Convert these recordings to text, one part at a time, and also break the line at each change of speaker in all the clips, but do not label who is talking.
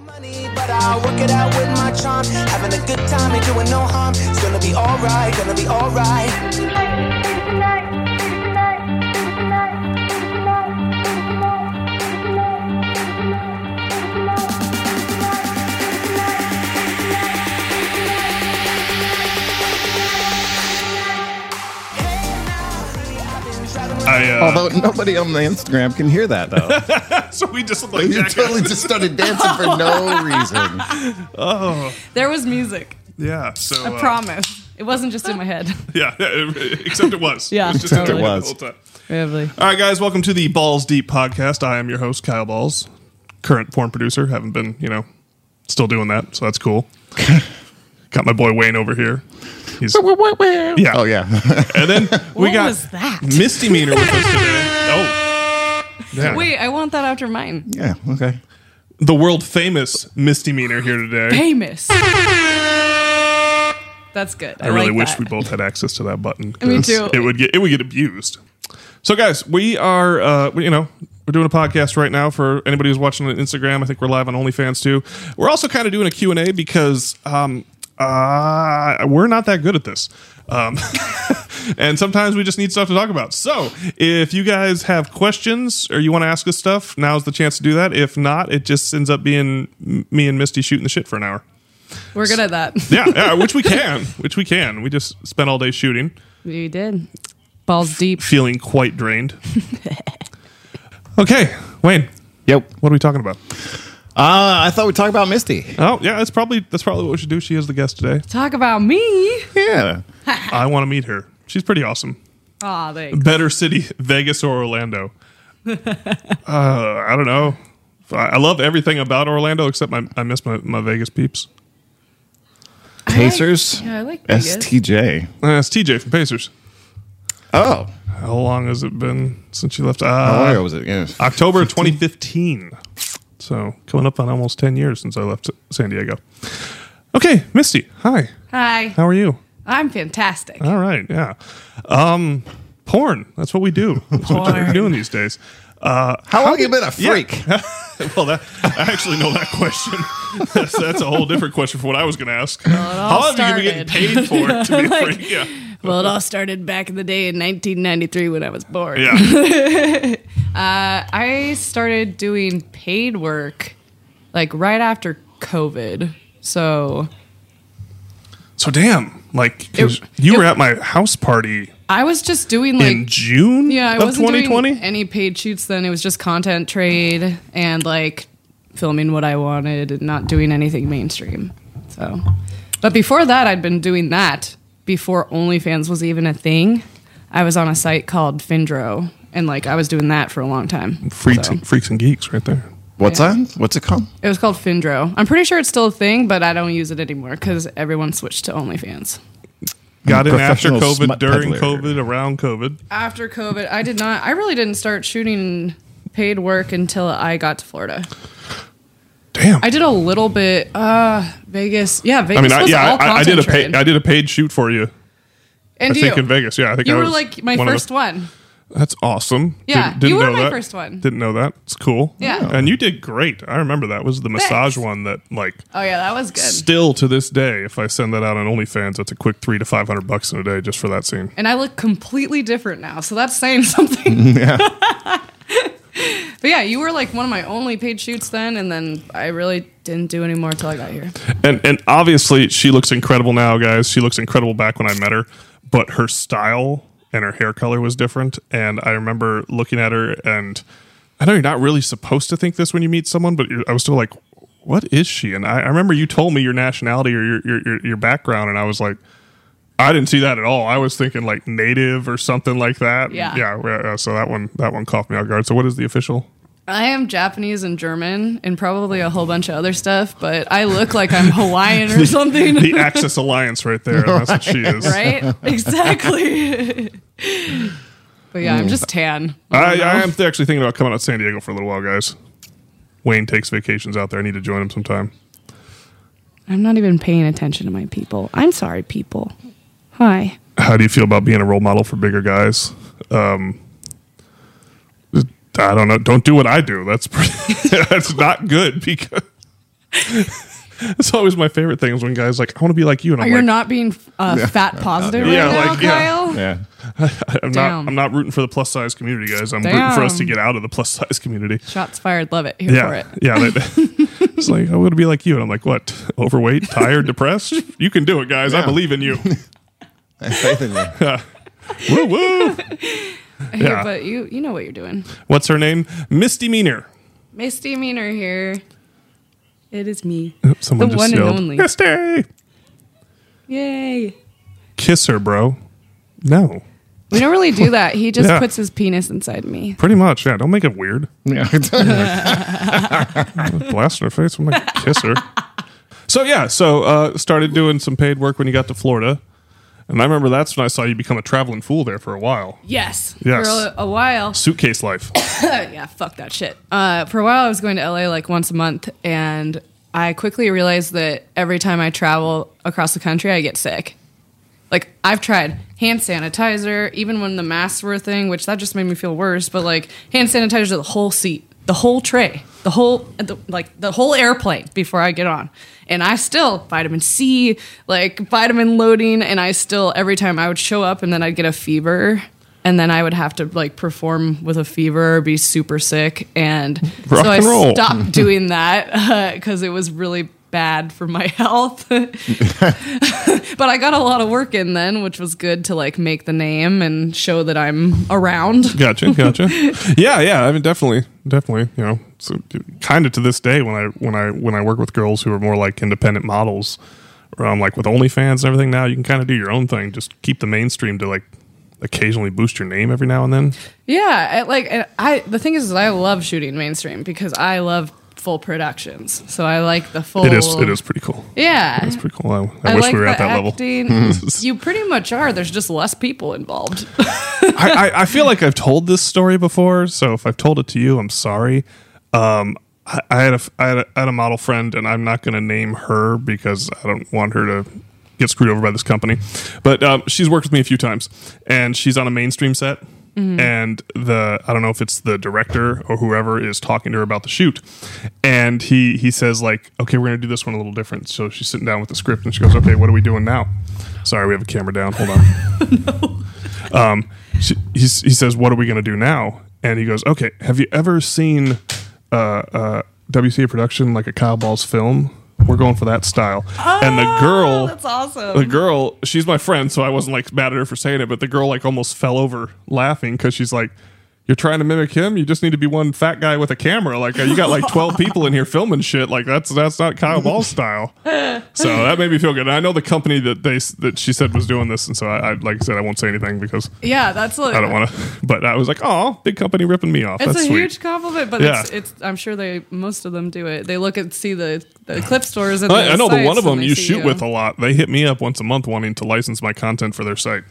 money, but I work it out with my charm. Having a good time and doing no harm. It's gonna be alright, gonna be alright.
I, uh,
Although nobody on the Instagram can hear that though.
so we just look like
you
jackasses.
totally just started dancing for no reason.
There was music.
yeah. So
I
uh,
promise. It wasn't just in my head.
Yeah, except it was.
Yeah,
it was just in
Except
my
it
head
was.
The whole time.
Really.
All right, guys, welcome to the Balls Deep podcast. I am your host, Kyle Balls, current porn producer. Haven't been, you know, still doing that, so that's cool. Got my boy Wayne over here. He's yeah,
Oh yeah.
And then we
What
got
was that?
misdemeanor with us today. Oh, yeah.
Wait, I want that after mine.
yeah. Okay.
the world famous misdemeanor here today.
Famous. That's good. I,
I really
like
wish
that.
we both had access to that button.
Me
'cause
too.
It would get it would get abused. So, guys, we are uh, we, you know we're doing a podcast right now for anybody who's watching on Instagram. I think we're live on OnlyFans too. We're also kind of doing a Q and A because um, uh, we're not that good at this. Um, and sometimes we just need stuff to talk about. So, if you guys have questions or you want to ask us stuff, now's the chance to do that. If not, it just ends up being me and Misty shooting the shit for an hour
We're good at that.
yeah, yeah, which we can, which we can. We just spent all day shooting,
We did. Balls deep.
feeling quite drained. okay, Wayne,
Yep.
what are we talking about?
Uh, I thought we'd talk about Misty.
Oh, yeah, that's probably that's probably what we should do. She is the guest today.
Talk about me.
Yeah.
I want to meet her. She's pretty awesome.
Aw, thanks.
Better city, Vegas or Orlando? uh, I don't know. I I love everything about Orlando except my, I miss my, my Vegas peeps.
Pacers.
Yeah, I like Vegas.
STJ.
Uh, it's TJ from Pacers.
Oh.
How long has it been since you left?
How long
Uh,
ago was it? Yeah.
October 2015. So coming up on almost 10 years since I left San Diego. Okay, Misty, hi.
Hi.
How are you?
I'm fantastic.
All right, yeah. Um, porn. That's what we do. That's what we're
Porn.
doing these days. Uh,
How long you been a freak?
Well, that, I actually know that question. that's, that's a whole different question for what I was going to ask. How
Oh, all
long have you been getting paid for it to be a
Like-
freak? Yeah,
Well, it all started back in the day in 1993 when I was born.
yeah.
I started doing paid work like right after COVID. So
So damn, like 'cause
It-
you
it-
were at my house party
I was just doing like
in June
yeah, I
of
wasn't
2020.
doing any paid shoots then. It was just content trade and like filming what I wanted and not doing anything mainstream. So, but before that, I'd been doing that before OnlyFans was even a thing. I was on a site called Findro, and like I was doing that for a long time.
freaks,
So,
and, freaks and geeks, right there.
What's that? What's it called?
It was called Findro. I'm pretty sure it's still a thing, but I don't use it anymore because everyone switched to OnlyFans.
Got in after
Professional
COVID,
smut
during
peddler.
COVID, around COVID.
After COVID, I did not. I really didn't start shooting paid work until I got to Florida.
Damn.
I
I,
did a little bit. Uh, Vegas. Yeah, Vegas.
mean, I,
was
yeah,
all
I, I did a paid,
concentrated.
I did a paid shoot for you.
and
I
you,
think in Vegas. Yeah, I think
you
I
were
was
like my
one of the-
first one.
That's awesome. Didn't-
Yeah, you
didn't
were
know
my
that.
first one.
Didn't know that. It's cool.
Yeah.
and you did great. I remember that was the massage
Thanks.
one that like
Oh yeah, that was good.
still to this day. If I send that out on OnlyFans, that's a quick three to five hundred bucks in a day just for that scene.
And I look completely different now, so that's saying something. but yeah, you were like one of my only paid shoots then, and then I really didn't do any more till I got here.
And and obviously she looks incredible now, guys. She looks incredible back when I met her, but her style and her hair color was different. And I remember looking at her, and I know you're not really supposed to think this when you meet someone, but you're, I was still like, "What is she?" And I, I remember you told me your nationality or your, your your your background, and I was like. I didn't see that at all. I was thinking like native or something like that.
Yeah.
yeah. uh, So that one, that one caught me off guard. So what is the official?
I am Japanese and German, and probably a whole bunch of other stuff, but I look like I'm Hawaiian or something.
The Axis Alliance, right there. That's what she is.
right? Exactly. but yeah, I'm just tan.
Mm. I,
don't
I
know.
am actually thinking about coming out to San Diego for a little while, guys. Wayne takes vacations out there. I need to join him sometime.
I'm not even paying attention to my people. I'm sorry, people. Hi.
How do you feel about being a role model for bigger guys? Um, I don't know. Don't do what I do. That's pretty, that's not good because That's always my favorite thing is when guys like, I want to be like you, and I'm
Oh, You're
like,
not being uh, fat positive
Yeah,
right now,
like, yeah.
Kyle.
Yeah.
I'm
Damn.
not, I'm not rooting for the plus size community, guys. I'm rooting for us to
Damn.
get out of the plus size community.
Shots fired. Love it. Here
Yeah,
for it.
yeah. That, it's like I'm going to be like you, and I'm like, what? Overweight, tired, depressed? You can do it, guys. I
Yeah.
believe in you.
I have faith in you.
woo woo.
Here,
Yeah.
but you you know what you're doing.
What's her name? Misdemeanor.
Misdemeanor here. It is me.
Someone
The
just
one and
yelled,
only.
Misty.
Yay.
Kiss her, bro. No,
We don't really do that. He just
Yeah.
puts his penis inside me.
pretty much. Yeah, don't make it weird.
Yeah.
blast in her face. I'm like, kiss her. So yeah, so uh, started doing some paid work when you got to Florida, and I remember that's when I saw you become a traveling fool there for a while.
Yes.
Yes.
For a, a while.
Suitcase life.
yeah, fuck that shit. Uh, for a while, I was going to LA like once a month, and I quickly realized that every time I travel across the country, I get sick. Like I've tried hand sanitizer, even when the masks were a thing, which that just made me feel worse. But like hand sanitizer, the whole seat, the whole tray, the whole the, like the whole airplane before I get on, and I still vitamin C, like vitamin loading, and I still every time I would show up and then I'd get a fever. And then I would have to like perform with a fever, be super sick, and
Rock
so I
and roll.
stopped doing that because it was really bad for my health. but I got a lot of work in then, which was good to like make the name and show that I'm around.
Gotcha, gotcha. yeah, yeah. I mean, definitely, definitely. You know, so, kind of to this day when I when I when I work with girls who are more like independent models, or I'm like with OnlyFans and everything. Now you can kind of do your own thing. Just keep the mainstream to like occasionally boost your name every now and then.
Yeah, I, like and I the thing is, is I love shooting mainstream because I love full productions. So I like the full
It is it is pretty cool.
Yeah.
It's pretty cool. I, I,
Oh. I
wish
like
we were
the
at that level.
acting. you pretty much are. There's just less people involved.
I, I, I feel like I've told this story before, so if I've told it to you, I'm sorry. Um, I, I had a I had a, I had a model friend, and I'm not going to name her because I don't want her to get screwed over by this company. But um, she's worked with me a few times, and she's on a mainstream set, and the I don't know if it's the director or whoever is talking to her about the shoot, and he he says like, okay, we're going to do this one a little different. So she's sitting down with the script, and she goes, okay, what are we doing now? Sorry, we have a camera down. Hold on she, he, s- he says, "What are we going to do now?" And he goes, "Okay, have you ever seen uh, uh, WCA production like a Kyle Balls film? We're going for that style." and the girl,
that's awesome.
The girl, she's my friend, so I wasn't like mad at her for saying it, but the girl like almost fell over laughing because she's like. You're trying to mimic him. You just need to be one fat guy with a camera. Like uh, you got like twelve people in here filming shit. Like that's that's not Kyle Ball style. So that made me feel good. And I know the company that they s- that she said was doing this, and so I, I like I said I won't say anything because
yeah, that's like
I don't want to, but I was like, oh, big company ripping me off.
It's
That's
a
sweet.
huge compliment, but it's,
Yeah.
it's I'm sure they most of them do it. They look and see the, the clip stores and
I,
the
I know the
sites
one of
and
them
they
you
see
shoot with a lot. They hit me up once a month wanting to license my content for their site.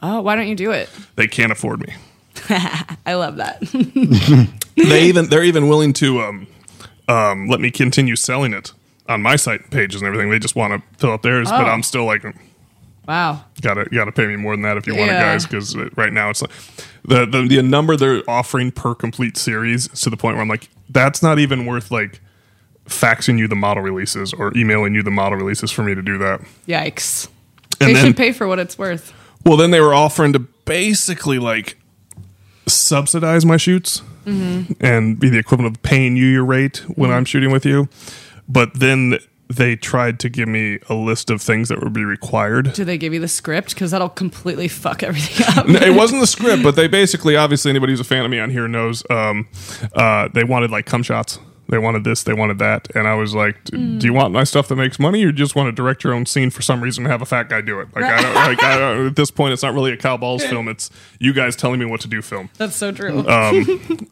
Oh, why don't you do it?
They can't afford me.
I love that.
They even they're even willing to um, um, let me continue selling it on my site pages and everything. They just want to fill up theirs, but
Oh.
I'm still like,
wow.
gotta gotta pay me more than that if you want
Yeah.
it, guys. Because right now it's like the, the the number they're offering per complete series is to the point where I'm like, that's not even worth like faxing you the model releases or emailing you the model releases for me to do that.
Yikes.
And
they
then-
should pay for what it's worth.
Well, then they were offering to basically like subsidize my shoots
Mm-hmm.
and be the equivalent of paying you your rate when I'm shooting with you. But then they tried to give me a list of things that would be required.
Do they give you the script? Because that'll completely fuck everything up.
No, it wasn't the script, but they basically, obviously, anybody who's a fan of me on here knows, um, uh, they wanted like cum shots. They wanted this, they wanted that. And I was like, "D- do you want my stuff that makes money or just want to direct your own scene for some reason and have a fat guy do it? Like, I don't, like I don't, at this point, it's not really a Kyle Balls film. It's you guys telling me what to do film.
That's so true.
Uh,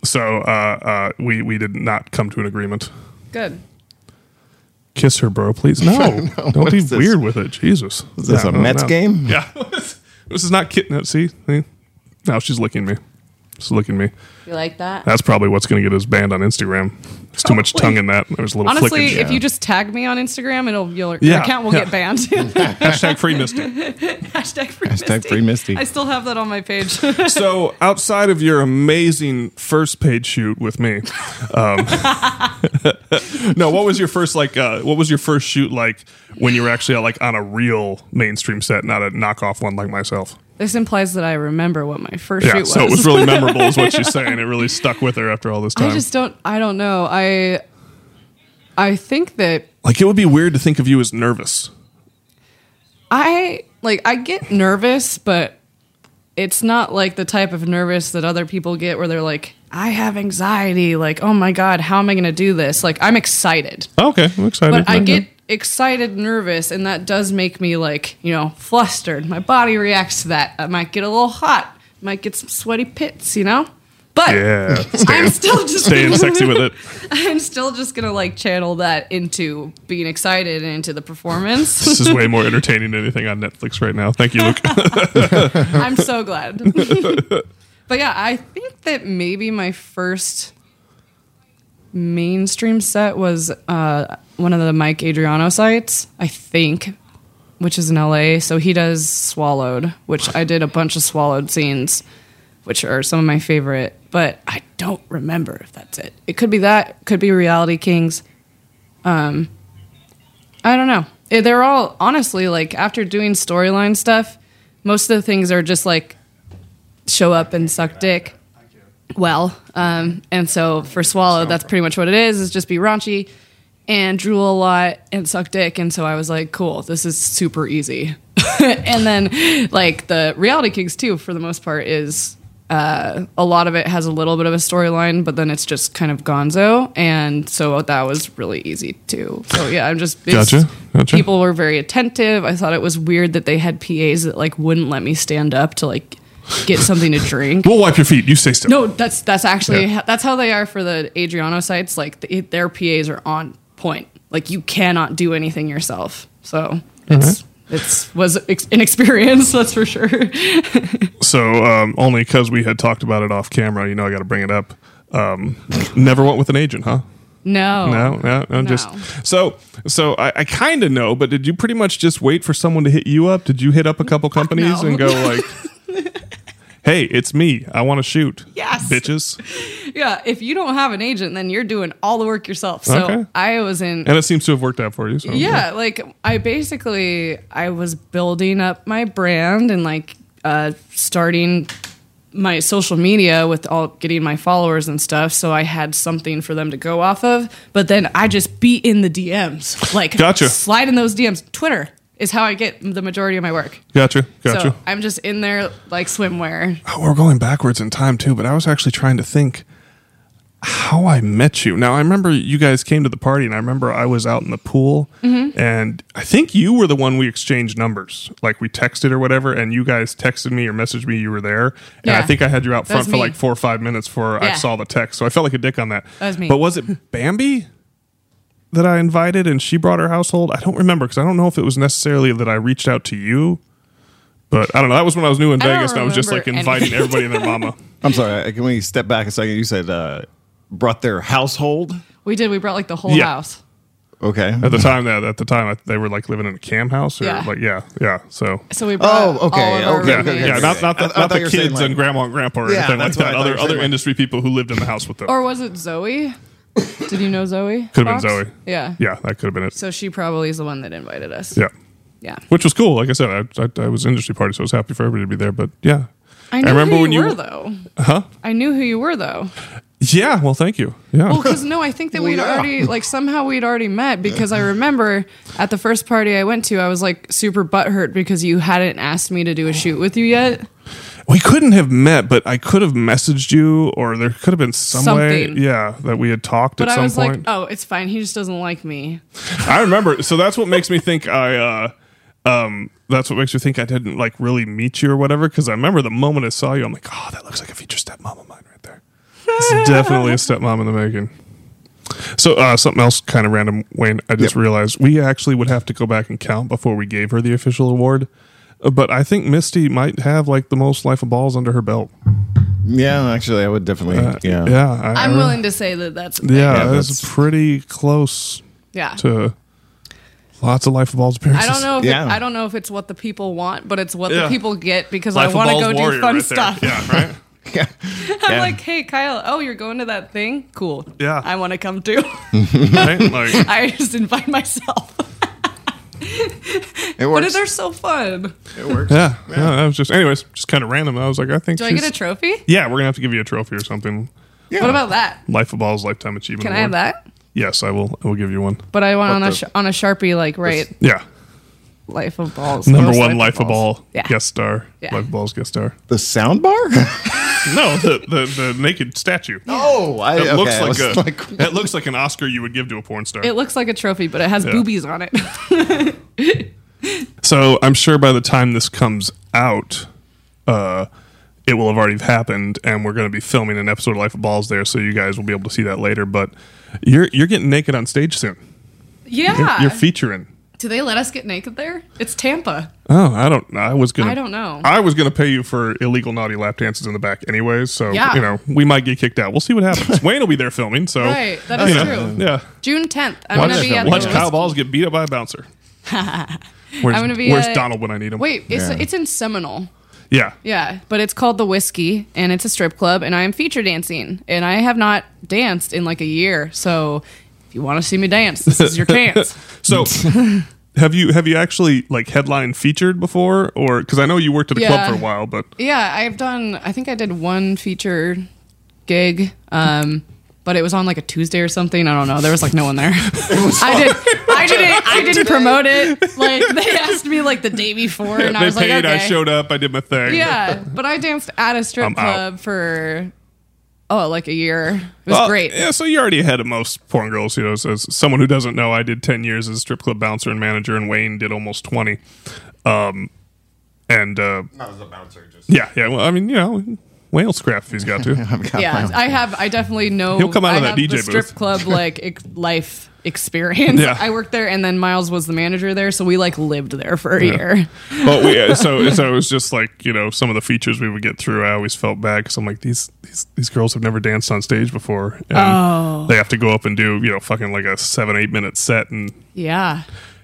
So uh, uh, we, we did not come to an agreement.
Good.
Kiss her, bro, please. No, don't
what
be
is this?
weird with it. Jesus.
Is this
No,
a
no,
Mets
no.
game?
Yeah. this is not kitten. See? See? Now she's licking me. Just look at me.
You like that?
That's probably what's going to get us banned on Instagram. It's too much tongue in that. There's a little
Honestly,
flickage.
if you just tag me on Instagram, it'll your, your
Yeah,
account will
yeah.
get banned.
Hashtag free Misty.
Hashtag free
Hashtag
Misty.
free Misty.
I still have that on my page.
So outside of your amazing first paid shoot with me, um, no, what was your first like? Uh, what was your first shoot like when you were actually like on a real mainstream set, not a knockoff one like myself?
this implies that I remember what my first
Yeah,
shoot was.
so it was really memorable, is what she's saying. It really stuck with her after all this time.
I just don't. I don't know. I I think that
like it would be weird to think of you as nervous.
I like I get nervous, but it's not like the type of nervous that other people get where they're like, I have anxiety, like, oh my god, how am I gonna do this? Like I'm excited.
Oh, okay, I'm excited.
But I get excited, nervous, and that does make me like, you know, flustered. My body reacts to that. I might get a little hot, might get some sweaty pits, you know? But
yeah,
I'm still just
staying sexy with it.
I'm still just gonna like channel that into being excited and into the performance.
This is way more entertaining than anything on Netflix right now. Thank you, Luke.
I'm so glad. but yeah, I think that maybe my first mainstream set was uh, one of the Mike Adriano sites, I think, which is in LA. So he does Swallowed, which I did a bunch of Swallowed scenes, which are some of my favorite. But I don't remember if that's it. It could be that. Could be Reality Kings. I don't know. Eh, They're all honestly like after doing storyline stuff, most of the things are just like show up and suck dick. Well, um, and so for Swallow, that's pretty much what it is: is just be raunchy and drool a lot and suck dick. And so I was like, cool, this is super easy. and then like the Reality Kings too, for the most part, is uh, a lot of it has a little bit of a storyline, but then it's just kind of gonzo, and so that was really easy too. So yeah, I'm just it's-
Gotcha, gotcha.
People were very attentive. I thought it was weird that they had PAs that like wouldn't let me stand up to like get something to drink.
We'll wipe your feet. You stay still.
No, that's that's actually
Yeah.
that's how they are for the Adriano sites. Like the, their PAs are on point. Like you cannot do anything yourself. So
Mm-hmm.
it's it's was ex- an experience. That's for sure.
So um, only because we had talked about it off camera, you know, I got to bring it up. Um, never went with an agent, huh?
No,
No, no, no,
Oh, No.
Just so so. I, I kind of know, but did you pretty much just wait for someone to hit you up? Did you hit up a couple companies
no.
and go like, "Hey, it's me. I want to shoot."
Yes.
bitches.
yeah. If you don't have an agent, then you're doing all the work yourself. So
Okay.
I was in
And it seems to have worked out for you. So
yeah like i basically i was building up my brand and like uh, starting my social media with all getting my followers and stuff so i had something for them to go off of but then i just beat in the dms like
Gotcha.
slide in those dms twitter is how i get the majority of my work
gotcha, gotcha.
so i'm just in there like swimwear
Oh, we're going backwards in time too, but I was actually trying to think how I met you. Now I remember you guys came to the party, and I remember I was out in the pool,
Mm-hmm.
and I think you were the one we exchanged numbers, like we texted or whatever, and you guys texted me or messaged me you were there, and I
Yeah.
think I had you out
That was
front for
me.
like four or five minutes before I
Yeah.
saw the text, so I felt like a dick on that.
That was me.
But was it Bambi? That I invited and she brought her household. I don't remember because I don't know if it was necessarily that I reached out to you, but I don't know. That was when I was new in
I don't
Vegas and I was just like
remember
inviting
anything.
everybody and their mama.
I'm sorry. Can we step back a second? You said uh, brought their household.
we did we brought like the whole
Yeah.
house
Okay.
At the time, that at the time I- they were like living in a cam house, or
Yeah.
like yeah, yeah. So
so we brought
Oh, okay,
all of our
okay,
yeah,
okay,
roommates.
yeah. Not not the,
I- I
not
thought
the
you were
kids
saying, like-
and grandma and grandpa or
Yeah,
anything like
that's what I
that.
thought you
Other
were saying,
other
like-
industry people who lived in the house with them.
or was it zoe did you know zoe
could have been
Fox?
Zoe.
yeah
yeah, that could have been it.
So she probably is the one that invited us.
yeah,
Yeah.
which was cool. Like I said, I, I, I was industry party, so I was happy for everybody to be there. But yeah,
I knew
remember
who
when
you
you-
were though. Huh? I knew who you were though.
yeah. Well, thank you. Yeah,
Well, because no, I think that we'd
yeah.
already like somehow we'd already met because I remember at the first party I went to, I was like super butthurt because you hadn't asked me to do a shoot with you yet.
we couldn't have met, but I could have messaged you, or there could have been some
Something.
way. Yeah, that we had talked
But
at
I
some
was
point.
like, oh, it's fine. He just doesn't like me.
I remember. So that's what makes me think I. Uh, um, that's what makes me think I didn't like really meet you or whatever. Because I remember the moment I saw you, I'm like, oh, that looks like a future stepmom of mine right there. It's definitely a stepmom in the making. So uh, something else kind of random, Wayne. I just
Yep.
realized we actually would have to go back and count before we gave her the official award. Uh, But I think Misty might have like the most life of balls under her belt.
Yeah, actually, I would definitely. Uh, yeah.
yeah. I- I
I'm
re-
willing to say that that's a thing.
Yeah,
Yeah,
that's,
that's-
pretty close
Yeah.
to lots of Life of Balls appearances.
I don't know. If
Yeah.
it, I don't know if it's what the people want, but it's what
Yeah.
the people get because
Life
I
of
want to
Balls
go do
warrior
fun
right there.
stuff.
Yeah, right.
Yeah.
I'm
Yeah.
like, hey, Kyle. Oh, you're going to that thing? Cool.
Yeah.
I want to come too.
right? Like,
I just invite myself.
It
But
works.
they're so fun.
it works.
yeah, yeah. That was just, anyways, just kind of random. I was like, I think.
Do I get
she's-
a trophy?
Yeah, we're gonna have to give you a trophy or something.
What about that?
Life of Balls Lifetime Achievement.
Can I have
Award.
that?
Yes, I will. I will give you one.
But I want
What
on a
the-
sh- on a sharpie, like right,
Yeah,
life of balls.
number
Most
one Life of
Balls.
Ball
Yeah.
guest star.
Yeah.
Life of Balls guest star.
The sound bar?
No, the the, the naked statue.
oh, I,
It
okay,
looks
I
like
was
a.
like,
it looks like an Oscar you would give to a porn star.
It looks like a trophy, but it has boobies on it.
So I'm sure by the time this comes out, uh, it will have already happened, and we're going to be filming an episode of Life of Balls there, so you guys will be able to see that later. But you're you're getting naked on stage soon.
yeah.
You're, you're featuring.
Do they let us get naked there? It's Tampa.
Oh, I don't. I was gonna.
I don't know.
I was gonna pay you for illegal naughty lap dances in the back, anyways. So
Yeah.
you know we might get kicked out. We'll see what happens. Wayne will be there filming. So
Right, that is
you
true.
Yeah.
June 10th. I'm
Watch,
gonna be at
watch
the
Kyle Balls get beat up by a bouncer. Where's,
I'm gonna be
where's
at-
Donald when I need him?
Wait, it's
Yeah.
it's in Seminole.
Yeah.
Yeah, but it's called The Whiskey and it's a strip club and I am feature dancing and I have not danced in like a year. So if you want to see me dance, this is your chance.
So, have you have you actually like headline featured before, or because I know you worked at a
Yeah.
club for a while, but
Yeah, I've done. I think I did one feature gig, um, but it was on like a Tuesday or something. I don't know. There was like no one there. I did. I didn't. I didn't promote it. Like they asked me like the day before, and I
they
was
paid.
like, okay.
I showed up. I did my thing.
yeah, but I danced at a strip
I'm out.
club for oh, like a year. It was
Well,
great.
Yeah, so you're already ahead of most porn girls. You know, as, as someone who doesn't know, I did 10 years as a strip club bouncer and manager, and Wayne did almost 20. Um, and uh,
Not as a bouncer, just
yeah, yeah. Well, I mean, you know, Wayne will scrap if he's got to.
I've got
yeah,
my-
I have. I definitely know.
He'll come out of
I
that
have
DJ
the strip
booth.
club like ex- life experience.
Yeah.
I worked there, and then Miles was the manager there, so we like lived there for a year.
but we, uh, so so it was just like you know some of the features we would get through. I always felt bad because I'm like these these these girls have never danced on stage before, and
Oh.
they have to go up and do you know fucking like a seven eight minute set, and
Yeah,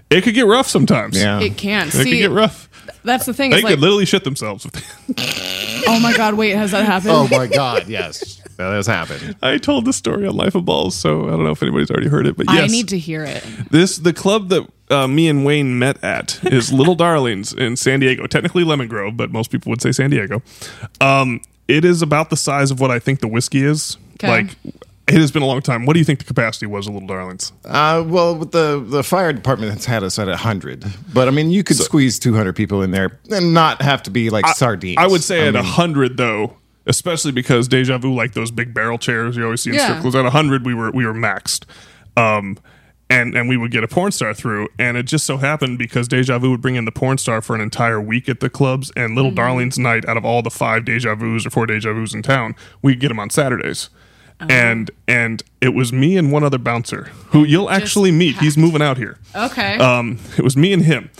it could get rough sometimes.
Yeah.
it can.
It could
See,
get rough.
that's the thing.
They
It's
could
like,
literally shit themselves. if they-
oh my god, wait, has that happened?
Oh my god, yes.
That has happened.
I told this story on Life of Balls, so I don't know if anybody's already heard it, but
I
yes,
need to hear it.
this the club that uh, me and Wayne met at is Little Darlings in San Diego. Technically Lemon Grove, but most people would say San Diego. Um, it is about the size of what I think the whiskey is.
'Kay.
Like it has been a long time. What do you think the capacity was of Little Darlings?
Uh, well, with the the fire department that's had us at hundred, but I mean, you could squeeze two hundred people in there and not have to be like sardines.
I would say at a hundred though, especially because deja vu like those big barrel chairs you always see in
Yeah.
strip clubs. At hundred we were we were maxed. Um and, and we would get a porn star through, and it just so happened because Deja Vu would bring in the porn star for an entire week at the clubs, and Little Darling's night out of all the five Deja Vus or four Deja Vus in town, we'd get them on Saturdays, and and it was me and one other bouncer who you'll actually meet. He's moving out here.
Okay.
Um, it was me and him.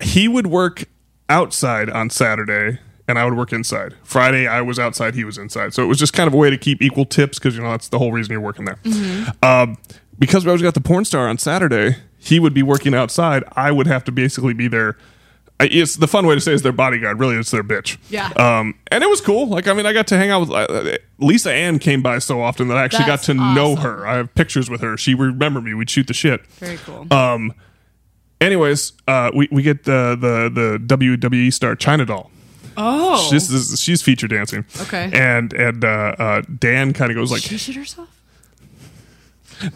He would work outside on Saturday, and I would work inside. Friday, I was outside, he was inside. So it was just kind of a way to keep equal tips because you know that's the whole reason you're working there.
Mm-hmm.
Um, because we always got the porn star on Saturday, he would be working outside. I would have to basically be there. It's the fun way to say is their bodyguard. Really, it's their bitch.
Yeah.
Um, and it was cool. Like, I mean, I got to hang out with uh, Lisa Ann came by so often that I actually
That's
got to know
awesome.
her. I have pictures with her. She remembered me. We'd shoot the shit.
Very cool.
Um, anyways, uh, we, we get the, the the WWE star China Doll.
oh,
This is she's feature dancing.
Okay.
And and uh, uh, Dan kind of goes like
she shit herself.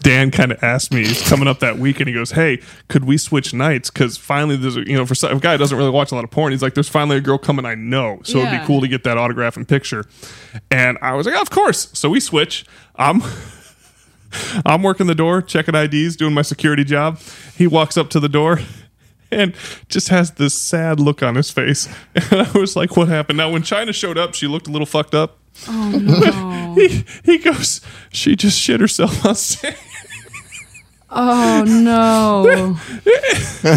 Dan kind of asked me he's coming up that week and he goes, "Hey, could we switch nights? Because finally there's a, you know for some- a guy who doesn't really watch a lot of porn, he's like, there's finally a girl coming I know, so it'd
Yeah.
be cool to get that autograph and picture." And I was like, "Of course!" So we switch. I'm I'm working the door, checking IDs, doing my security job. He walks up to the door and just has this sad look on his face. And I was like, what happened? Now, when China showed up, she looked a little fucked up. Oh, no. he, he goes, she just shit herself on stage.
Oh no,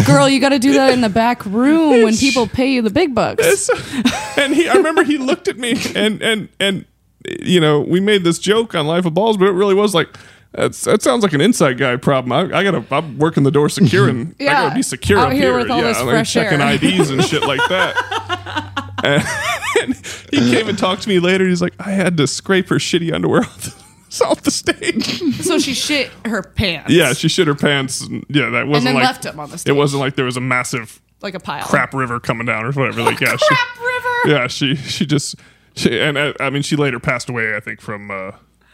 girl, you got to do that in the back room when people pay you the big bucks.
So- and he, I remember he looked at me and, and, and you know, we made this joke on Life of Balls, but it really was like. That's, that sounds like an inside guy problem. I, I gotta. I'm working the door securing. I
Yeah.
gotta be secure
Out
up
here
here.
with all
yeah,
this
I'm
fresh
checking
air.
IDs and shit like that. and he came and talked to me later. He's like, I had to scrape her shitty underwear off the, off the stage.
So she shit her pants.
Yeah, she shit her pants. And, yeah, that wasn't
then
like
left 'em on the
It
stage.
wasn't like there was a massive
like a pile.
crap river coming down or whatever. Like, yeah, she,
Crap river.
yeah, she she just she, and uh, I, I mean she later passed away. I think from uh,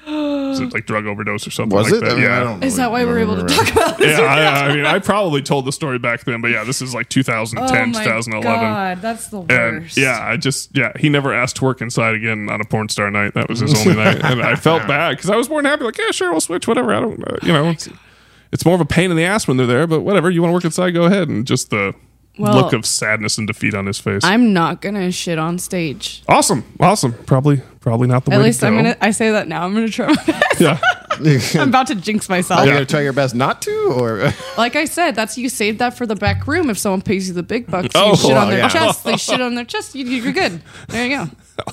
was it like drug overdose or something.
Was
like
it?
That.
I mean,
yeah.
I don't
Is that why
really
we're able to
remember.
talk about this?
yeah, I, I mean, I probably told the story back then, but yeah, this is like 2010, 2011.
God, that's the
And
worst.
yeah, I just yeah, he never asked to work inside again on a porn star night. That was his only night, and I felt bad because I was more than happy. Like, yeah, sure, we'll switch, whatever. I don't, uh, you know, it's, it's more of a pain in the ass when they're there, but whatever. You want to work inside, go ahead. And just the
Well-
look of sadness and defeat on his face.
I'm not gonna shit on stage.
awesome, awesome. Probably, probably not the
At
way
least
to go.
I'm gonna. I say that now. I'm gonna try. my best.
yeah,
I'm about to jinx myself.
Are you gonna try your best not to, or
Like I said, that's you save that for the back room. If someone pays you the big bucks,
Oh,
you shit
well,
on their
yeah.
chest. They shit on their chest. You, you're good. There you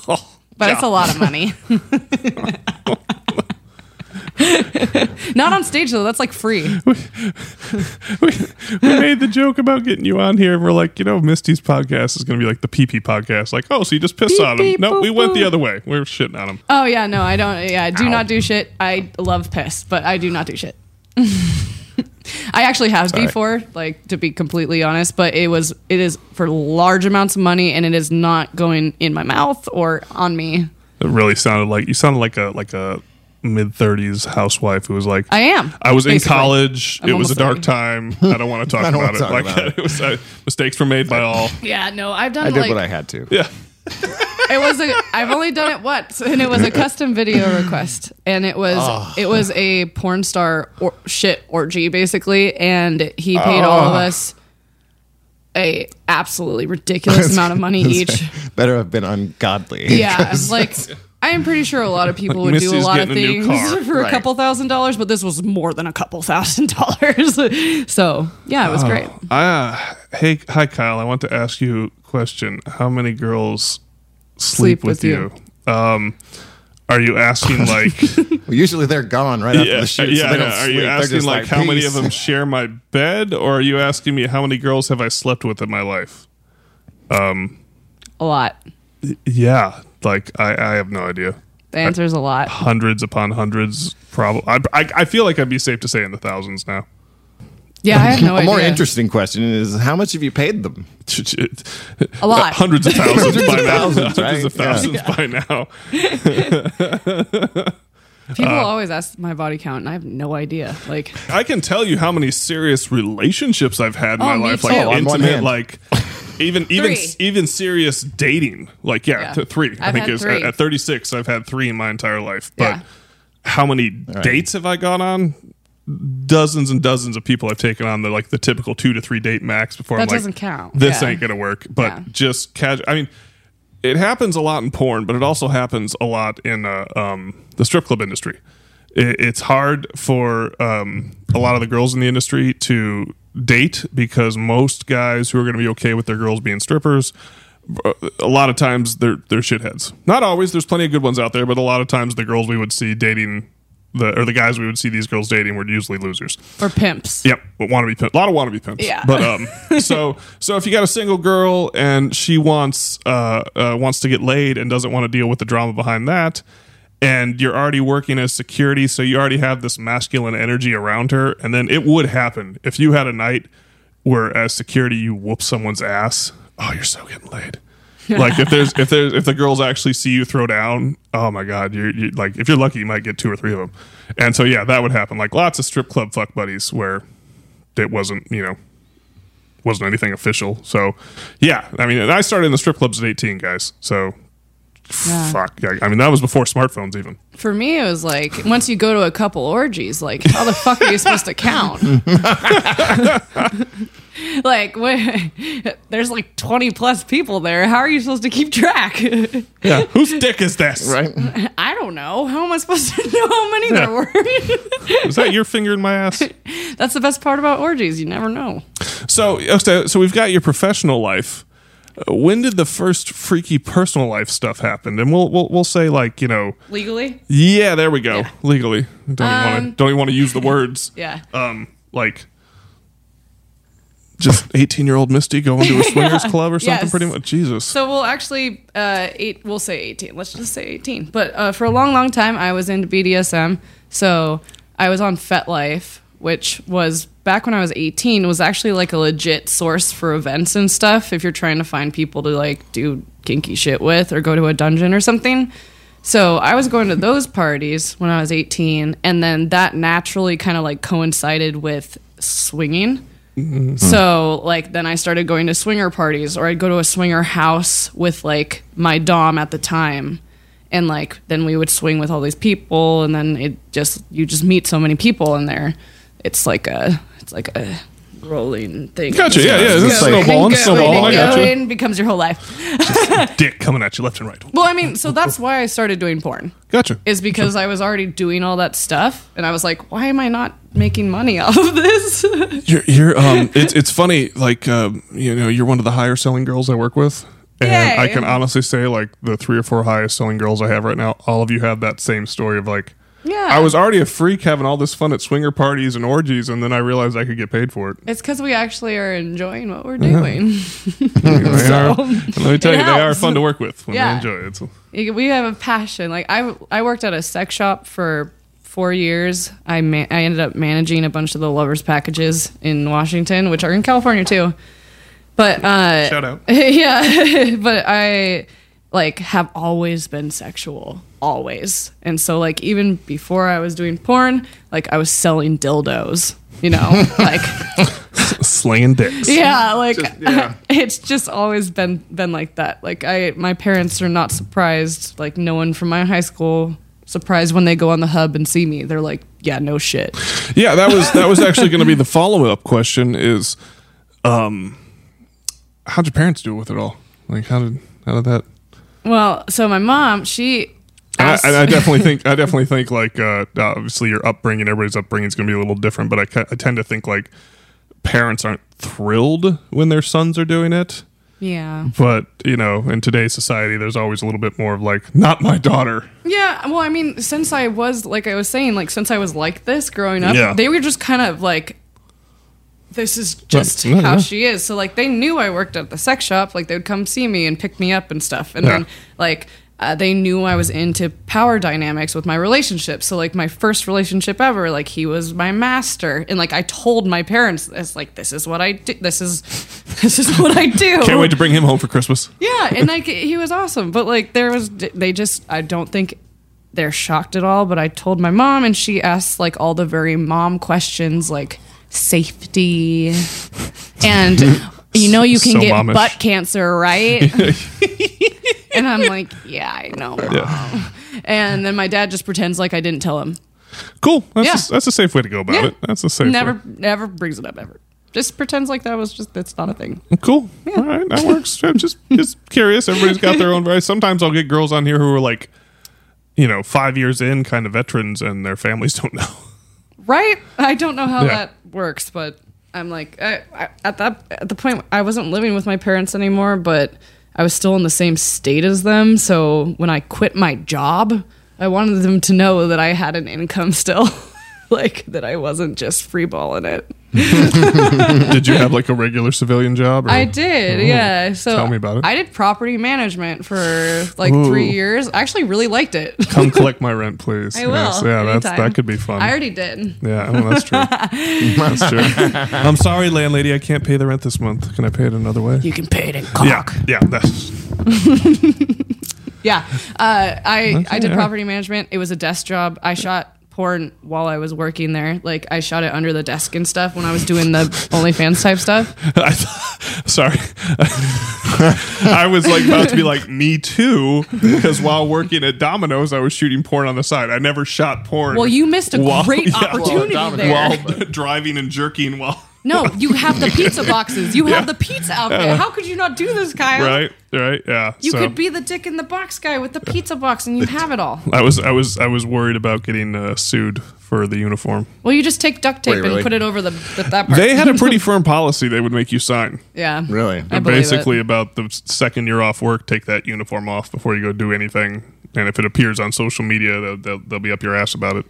go. But it's a lot of money. Not on stage though. That's like free.
we, we made the joke about getting you on here, and we're like, you know, Misty's podcast is gonna be like the pee pee podcast. Like, oh, so you just piss
Pee
on him?
pee
No,
poo
we went the
poo.
other way. We are shitting on him.
Oh yeah, no, I don't. Yeah, I do not do shit. I love piss, but I do not do shit. I actually have before, like to be completely honest, but it was it is for large amounts of money, and it is not going in my mouth or on me.
It really sounded like you sounded like a like a mid thirties housewife who was like,
I am,
I was
basically.
in college.
I'm
it was a
almost
dark
30.
time. I don't want to talk
don't
about
wanna
it.
talk
like
about
it was uh, mistakes were made by all.
Yeah, no, I've done.
I did
like,
what I had to?
Yeah.
it was a I've only done it once and it was a custom video request and it was
Oh.
it was a porn star or, shit orgy basically and he paid all
Oh.
of us a absolutely ridiculous amount of money each.
Better have been ungodly.
Yeah, like I am pretty sure a lot of people would do a
Missy's
lot of
getting a new
things
car.
for a
Right.
couple thousand dollars, but this was more than a couple thousand dollars. so yeah, it was great.
Ah, hey, hi, Kyle. I want to ask you a question. How many girls sleep,
Sleep
with,
with
you? Um, are you asking like,
Well, usually they're gone right after
yeah,
the shoot.
yeah,
so they don't
are
sleep.
you
They're
asking
just
like, how many of
"Peace."
them share my bed, or are you asking me how many girls have I slept with in my life?
A lot.
Yeah, like I, I have no idea.
The answer is a lot.
Hundreds upon hundreds, probably. I, I, I feel like I'd be safe to say in the thousands now.
Yeah, I have no
a
idea.
more interesting question is how much have you paid them?
A
lot.
hundreds of thousands
Hundreds
by
of
now.
thousands,
Hundreds
right?
of thousands by now.
People
uh,
always ask my body count, and I have no idea. Like,
I can tell you how many serious relationships I've had in
Oh,
my
me
life,
too.
like
Oh,
on one
intimate,
hand.
like even even
Three.
even serious dating. Like yeah,
Yeah.
th- three. i
I've
think
had
is
three.
at 36. I've had three in my entire life. But
Yeah.
how many dates have I gone on? Dozens and dozens of people I've taken on the like the typical two to three date max before.
That
I'm like,
doesn't count.
This
Yeah.
ain't gonna work. But
Yeah.
just casual. I mean. It happens a lot in porn, but it also happens a lot in uh, um, the strip club industry it, it's hard for um, a lot of the girls in the industry to date because most guys who are going to be okay with their girls being strippers uh, a lot of times they're they're shitheads not always there's plenty of good ones out there but a lot of times the girls we would see dating the or the guys we would see these girls dating were usually losers
or pimps.
Yep, but wannabe pimp. A lot of wannabe pimps.
Yeah.
But um, so so if you got a single girl and she wants uh, uh wants to get laid and doesn't want to deal with the drama behind that, and you're already working as security, so you already have this masculine energy around her, and then it would happen if you had a night where as security you whoop someone's ass. Oh, you're so getting laid. like if there's if there's if the girls actually see you throw down, oh my god, you're, you like if you're lucky, you might get two or three of them. And so yeah, that would happen. Like lots of strip club fuck buddies where it wasn't you know wasn't anything official so yeah i mean and i started in the strip clubs at 18 guys so
Yeah.
fuck yeah, i mean that was before smartphones even
For me, it was like once you go to a couple orgies, like how the fuck are you supposed to count? like, wh- there's like 20 plus people there. How are you supposed to keep track?
yeah whose dick is this
Right?
I don't know. How am I supposed to know how many
Yeah.
there were?
is that your finger in my ass
That's the best part about orgies. You never know.
so okay, so we've got your professional life Uh, when did the first freaky personal life stuff happen? And we'll we'll, we'll say like you know,
legally.
yeah, there we go.
Yeah.
Legally, don't even want to
Um,
don't even want to use the words.
Yeah.
Um, like just eighteen year old Misty going to a swingers club or something.
Yes.
Pretty much, Jesus.
So we'll actually uh, eight. We'll say eighteen. Let's just say eighteen. But uh, for a long, long time, I was into BDSM. So I was on FetLife, which was back when I was eighteen. Was actually like a legit source for events and stuff. If you're trying to find people to like do kinky shit with, or go to a dungeon or something. So I was going to those parties when I was eighteen, and then that naturally kind of like coincided with swinging.
Hmm.
So like then I started going to swinger parties or I'd go to a swinger house with like my dom at the time and like then we would swing with all these people and then it just you just meet so many people in there. It's like a it's like a rolling thing.
Gotcha. Yeah, yeah. This is
It's like-
snowballing. Snowballing. I
Going,
gotcha.
going, becomes your whole life.
Dick coming at you left and right.
Well, I mean, so that's why I started doing porn.
Gotcha.
Is because I was already doing all that stuff and I was like, why am I not making money off of this?
You're, you're um, it's it's funny. Like, um, you know, you're one of the higher selling girls I work with, and
Yay.
I can honestly say, like, the three or four highest selling girls I have right now, all of you have that same story of like,
Yeah.
I was already a freak having all this fun at swinger parties and orgies, and then I realized I could get paid for it.
It's because we actually are enjoying what we're
Uh-huh.
doing.
They are- and let me tell
it
you, they are
helps.
fun to work with when
Yeah.
they enjoy it. So,
You- We have a passion. Like I, I worked at a sex shop for four years. I ma- I ended up managing a bunch of the lovers packages in Washington, which are in California too. But uh,
shout out.
yeah, but I like have always been sexual, always. And so like even before I was doing porn, like I was selling dildos. You know, like
Slinging dicks.
yeah like
yeah.
it's just always been been like that like i my parents are not surprised like no one from my high school surprised when they go on the hub and see me they're like yeah no shit
Yeah, that was that was actually going to be the follow up question. Is um, how'd your parents do with it all? Like, how did how did that?
well so my mom she
And I,
asked-
and I definitely think I definitely think like uh, obviously your upbringing, everybody's upbringing is going to be a little different, but I, ca- I tend to think like parents aren't thrilled when their sons are doing it.
yeah
But you know, in today's society, there's always a little bit more of like, not my daughter.
Yeah, well, I mean, since I was like I was saying, like since I was like this growing up,
Yeah.
they were just kind of like, this is just
yeah,
how
yeah.
she is. So like they knew I worked at the sex shop. Like they would come see me and pick me up and stuff. And
Yeah.
then like uh, they knew I was into power dynamics with my relationships. So like my first relationship ever, like he was my master, and like I told my parents this. Like this is what I do. This is this is what I do.
Can't wait to bring him home for Christmas.
Yeah, and like he was awesome, but like there was they just I don't think they're shocked at all. But I told my mom, and she asked like all the very mom questions, like safety, and you know you can
So
get
momish.
butt cancer, right? and I'm like, yeah, I know. Mom."
Yeah,
And then my dad just pretends like I didn't tell him.
cool. That's
Yeah.
a, that's a safe way to go about
Yeah.
it. That's a safe.
Never,
way.
never brings it up ever. Just pretends like that was just that's not a thing.
Cool. All right, that works. I'm just just curious. Everybody's got their own advice. Sometimes I'll get girls on here who are like, you know, five years in, kind of veterans, and their families don't know.
right i don't know how
Yeah.
that works but i'm like I, I, at that at the point i wasn't living with my parents anymore but i was still in the same state as them so when i quit my job i wanted them to know that i had an income still like that i wasn't just freeballing it
Did you have like a regular civilian job? Or?
i did yeah so
Mm-hmm. Tell me about it.
i did property management for like three years i actually really liked it
Come collect my rent, please.
I will.
Yeah, that's
anytime.
that could be fun.
I already did.
yeah, well, that's true. that's true. I'm sorry, landlady. I can't pay the rent this month. Can I pay it another way?
You can pay it in cock.
yeah, yeah. That's,
Yeah. Uh, I I did
yeah.
property management. It was a desk job. I shot porn while I was working there. Like I shot it under the desk and stuff when I was doing the OnlyFans type stuff.
I th- sorry. I was like about to be like me too because while working at Domino's, I was shooting porn on the side. I never shot porn.
Well, you missed a
While-
great
yeah, while
opportunity
Domino's-
there.
while driving and jerking while
No, you have the pizza boxes. You
Yeah.
have the pizza outfit. How could you not do this, Kyle?
right, right, yeah.
You
so
could be the dick in the box guy with the pizza box, and you have it all.
I was, I was, I was worried about getting uh, sued for the uniform.
Well, you just take duct tape
Wait,
and
really?
put it over the, the that part.
They had a pretty firm policy they would make you sign.
yeah,
Really?
I believe
Basically,
it.
about the second you're off work, take that uniform off before you go do anything. And if it appears on social media, they'll, they'll, they'll be up your ass about it.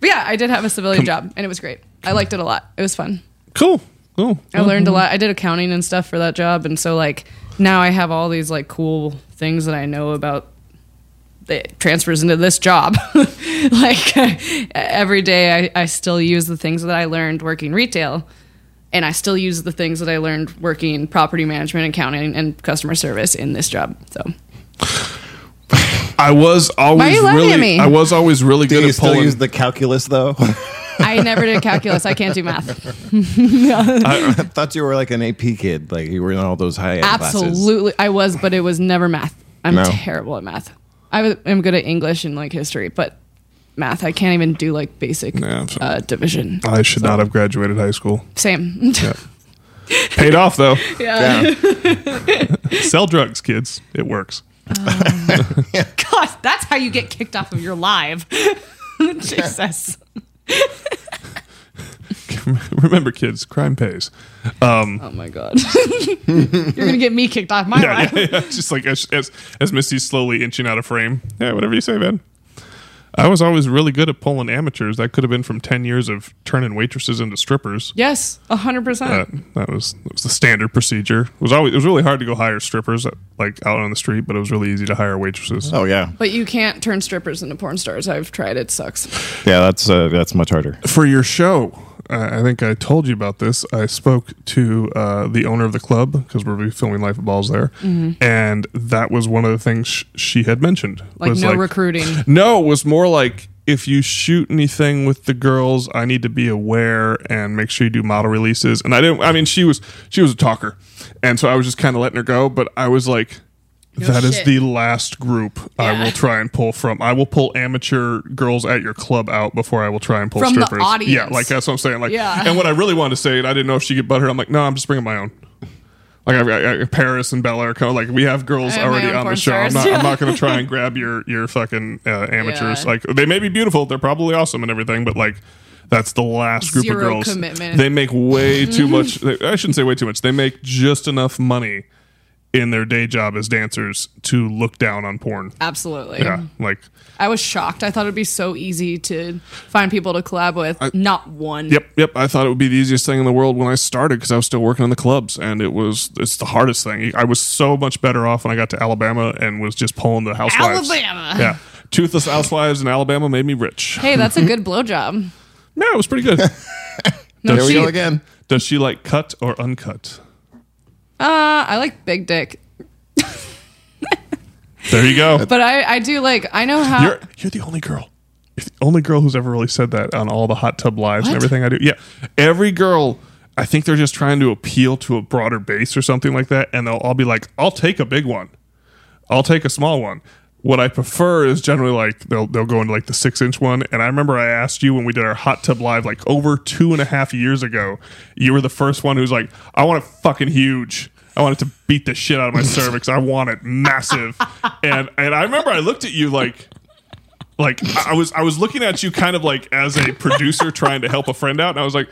But yeah, I did have a civilian job, and it was great. I liked it a lot. It was fun.
Cool, cool.
I learned a lot. I did accounting and stuff for that job, and so like now I have all these like cool things that I know about that transfers into this job. like every day, I, I still use the things that I learned working retail, and I still use the things that I learned working property management, accounting, and customer service in this job. So
I was
Why are
always
you laughing
really,
at me?
I was always really
Do
good
you
at
still
pulling.
use the calculus though?
I never did calculus. I can't do math.
uh,
I thought you were like an AP kid, like you were in all those high end classes.
Absolutely, I was, but it was never math. I'm
No.
terrible at math. I was, I'm good at English and like history, but math I can't even do like basic
Yeah, I'm sorry.
uh, division.
I should not have graduated high school.
Same. Yeah.
Paid off though.
Yeah.
Sell drugs, kids. It works.
God, that's how you get kicked off of your live. Jesus.
Remember, kids, crime pays. Um,
Oh my God. You're gonna get me kicked off my
Yeah,
live.
yeah, yeah. Just like as, as as Misty's slowly inching out of frame. Yeah, whatever you say, man. I was always really good at pulling amateurs. That could have been from ten years of turning waitresses into strippers.
Yes, hundred
That,
percent.
that was that was the standard procedure. It was always it was really hard to go hire strippers uh, like out on the street, but it was really easy to hire waitresses.
Oh yeah,
But you can't turn strippers into porn stars. I've tried. It sucks.
yeah. That's uh, that's much harder.
for your show. Uh, I think I told you about this. I spoke to uh, the owner of the club because we're filming Life of Balls there,
Mm-hmm.
and that was one of the things sh- she had mentioned.
Like
was
no recruiting.
No, it was more like if you shoot anything with the girls, I need to be aware and make sure you do model releases. And I didn't. I mean, she was she was a talker, and so I was just kind of letting her go. But I was like.
No
that is
shit.
the last group I
Yeah.
will try and pull from. I will pull amateur girls at your club out before I will try and pull
From the
strippers. Yeah,
audience.
like that's what I'm saying. Like,
Yeah.
and what I really wanted to say, and I didn't know if she could butthurt. I'm like, no, I'm just bringing my own. Like I, I, I, Paris and Bel Air, co- like we have girls
I have my
already
own
on the
porn
show. I'm
stars.
not, I'm not going to try and grab your your fucking uh, amateurs.
Yeah.
Like they may be beautiful, they're probably awesome and everything, but like that's the last group
Zero
of girls.
commitment.
They make way too much. They, I shouldn't say way too much. They make just enough money in their day job as dancers to look down on porn.
Uh, Absolutely.
Yeah, like
I was shocked. I thought it'd be so easy to find people to collab with. Not one.
Yep, yep. I thought it would be the easiest thing in the world when I started because I was still working in the clubs, and it was it's the hardest thing. I was so much better off when I got to Alabama and was just pulling the housewives.
Alabama.
yeah. Toothless housewives in Alabama made me rich.
Hey, that's a good blowjob.
Yeah, it was pretty good.
There
No,
we
she-
go
Uh,
again.
Does she like cut or uncut?
Uh, I like big dick,
There you go.
but I, I do like. I know how.
You're you're the only girl. You're the only girl who's ever really said that on all the hot tub lives and
What?
everything I do. Yeah. Every girl I think they're just trying to appeal to a broader base or something like that, and they'll all be like, I'll take a big one. I'll take a small one. What I prefer is generally like they'll they'll go into like the six inch one. And I remember I asked you when we did our hot tub live like over two and a half years ago. You were the first one who's like, I want it fucking huge. I want it to beat the shit out of my cervix. I want it massive. And and I remember I looked at you like like I I was I was looking at you kind of like as a producer trying to help a friend out, and I was like,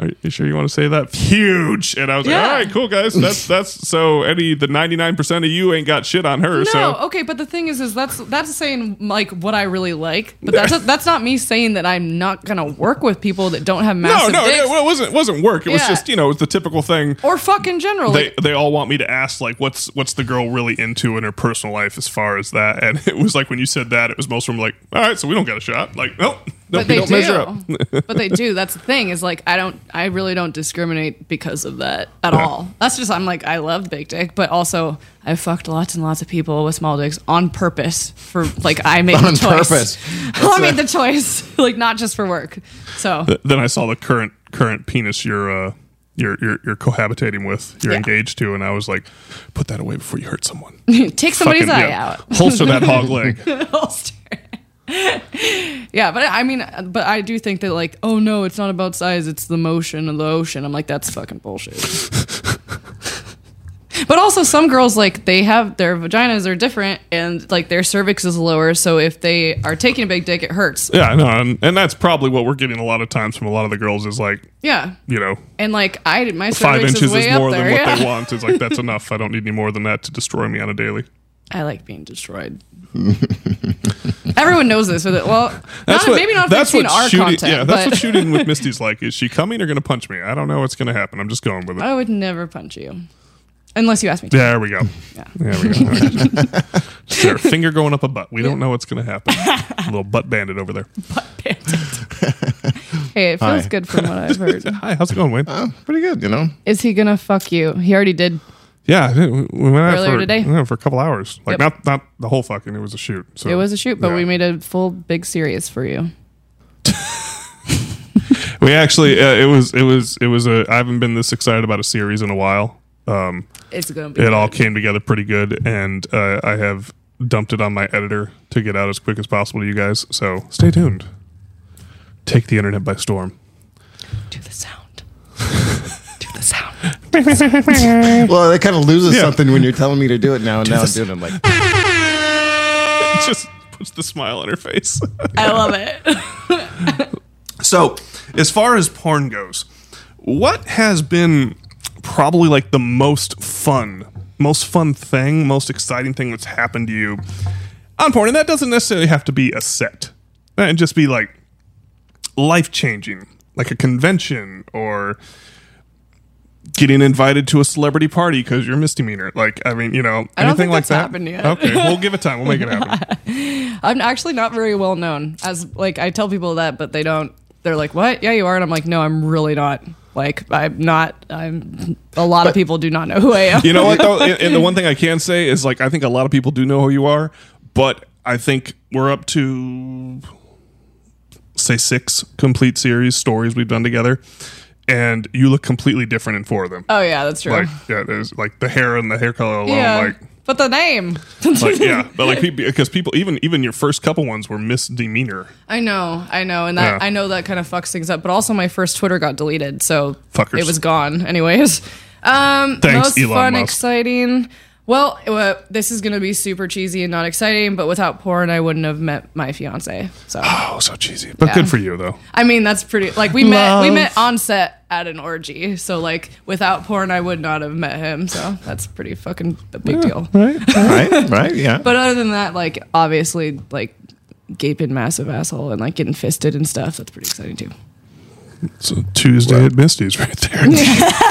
"Are you sure you want to say that huge?" And I was like,
Yeah.
"All right, cool guys, that's that's so any the ninety nine percent of you ain't got shit on her."
no, oh,
So
okay, but the thing is, is that's that's saying like what I really like, but that's that's not me saying that I'm not gonna work with people that don't have
no,
massive
no,
dicks
it, well, it wasn't it wasn't work. It was
Yeah.
just you know it's the typical thing.
or fuck in general.
They,
Like,
they all want me to ask like what's what's the girl really into in her personal life as far as that and it was like when you said that it was most of them like all right so we don't get a shot like nope, nope
but
we
they
don't measure up
do. but they do. That's the thing is like I don't. I really don't discriminate because of that at all. That's just I'm like I love big dick, but also I fucked lots and lots of people with small dicks on purpose for like I made
On
the choice.
purpose.
I made the choice, like not just for work. So
then I saw the current current penis you're uh, you're, you're you're cohabitating with, you're
Yeah.
engaged to, and I was like, put that away before you hurt someone.
take somebody's
Fucking-
eye
yeah.
out.
Holster that hog leg.
holster. Yeah, but I mean, but I do think that like, oh no, it's not about size; it's the motion of the ocean. I'm like, that's fucking bullshit. but also, some girls like they have their vaginas are different, and like their cervix is lower, so if they are taking a big dick, it hurts.
Yeah, no, and, and that's probably what we're getting a lot of times from a lot of the girls is like,
Yeah,
you know,
and like I, my
five
cervix
inches
is way
is more
up there.
than what
yeah.
they want. It's like that's enough. I don't need any more than that to destroy me on a daily.
I like being destroyed. Everyone knows this. With it, well,
That's
not,
what,
maybe not
that's
fixing
what
our
shooting,
content.
Yeah, that's
but
what shooting with Misty's like. Is she coming or going to punch me? I don't know what's going to happen. I'm just going with it.
I would never punch you, unless you ask me. to.
There we go. There we go. All right. Just her finger going up a butt. We don't know what's going to happen. A little butt bandit over there.
Hey, it feels
Hi.
good from what I've heard.
Hi, how's it going, Wayne?
Oh, pretty good, you know.
Is he gonna fuck you? He already did.
Yeah, we we went out
Earlier
for,
today.
yeah, for a couple hours. Like
Yep.
not not the whole fucking. It was a shoot. So
It was a shoot, but
yeah.
we made a full big series for you.
We actually uh, it was it was it was a. I haven't been this excited about a series in a while. Um,
It's gonna be.
it all came together pretty good, and uh, I have dumped it on my editor to get out as quick as possible to you guys. So stay tuned. Take the internet by storm.
Do the sound. Do the sound.
Well, that kind of loses
Yeah.
something when you're telling me to do it now, and now I'm doing it. I'm like,
It just puts the smile on her face.
I love it.
so, as far as porn goes, what has been probably like the most fun, most fun thing, most exciting thing that's happened to you on porn? And that doesn't necessarily have to be a set. That can just be like life changing, like a convention or getting invited to a celebrity party because you're a misdemeanor. Like, I mean, you know,
don't
anything
think
like
that's
that.
happened yet.
Okay, we'll give it time. We'll make it happen.
I'm actually not very well known. As like I tell people that, but they don't. They're like, "What? Yeah, you are." And I'm like, "No, I'm really not." Like I'm not. I'm. A lot of people do not know who I am.
You know what though? and, and the one thing I can say is like I think a lot of people do know who you are, but I think we're up to say six complete series stories we've done together, and you look completely different in four of them.
Oh yeah, that's true.
Like yeah, there's like the hair and the hair color alone.
yeah,
Like
but the name.
like yeah, but like people because people even even your first couple ones were misdemeanor.
I know, I know, and that
Yeah.
I know that kind of fucks things up. But also, my first Twitter got deleted, so
Fuckers.
it was gone. Anyways, um,
Thanks,
most
Elon
fun,
Musk.
exciting. Well, uh, this is gonna be super cheesy and not exciting, but without porn, I wouldn't have met my fiance. So
Oh, so cheesy, but good for you though.
I mean, that's pretty. Like we met, we
Love.
met on set at an orgy. So like without porn, I would not have met him. So that's pretty fucking a big deal.
all right, right, yeah.
But other than that, like obviously, like gaping massive asshole and like getting fisted and stuff. That's pretty exciting too.
So Tuesday at Misty's right there.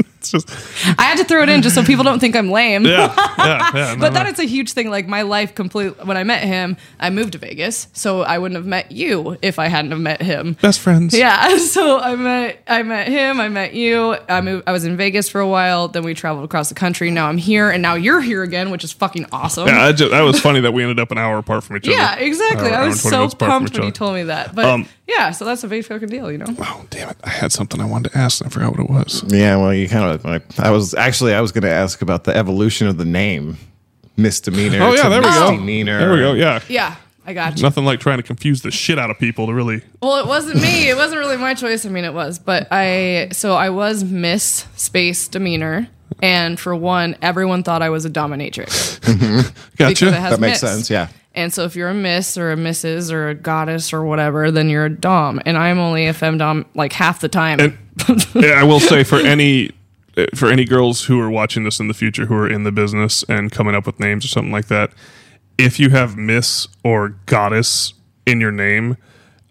it's just
I had to throw it in just so people don't think I'm lame.
yeah, yeah, yeah. no,
But
no.
that is a huge thing. Like my life complete. When I met him, I moved to Vegas, so I wouldn't have met you if I hadn't have met him.
best friends.
Yeah. So I met I met him. I met you. I moved. I was in Vegas for a while. Then we traveled across the country. Now I'm here, and now you're here again, which is fucking awesome.
Yeah, I just, that was funny that we ended up an hour apart from each other.
Yeah, exactly.
Hour-
I
hour
was
and 20
so
minutes apart from
pumped
each
when he
other.
told me that. But
Um,
yeah, so that's a big fucking deal, you know.
Oh damn it! I had something I wanted to ask, and I forgot what it was.
yeah, well, you kind of. Like, I was actually, I was going to ask about the evolution of the name, misdemeanor.
Oh yeah,
to
there we go.
misdemeanor.
There we go. Yeah.
Yeah, I got you.
Nothing like trying to confuse the shit out of people to really.
Well, it wasn't me. It wasn't really my choice. I mean, it was, but I so I was Miss Space Demeanor, and for one, everyone thought I was a dominatrix because
Gotcha.
it has
That makes
miss.
sense. Yeah.
And so if you're a miss or a missus or a goddess or whatever, then you're a dom, and I'm only a femdom like half the time.
And- yeah, I will say for any uh, for any girls who are watching this in the future who are in the business and coming up with names or something like that, if you have Miss or Goddess in your name,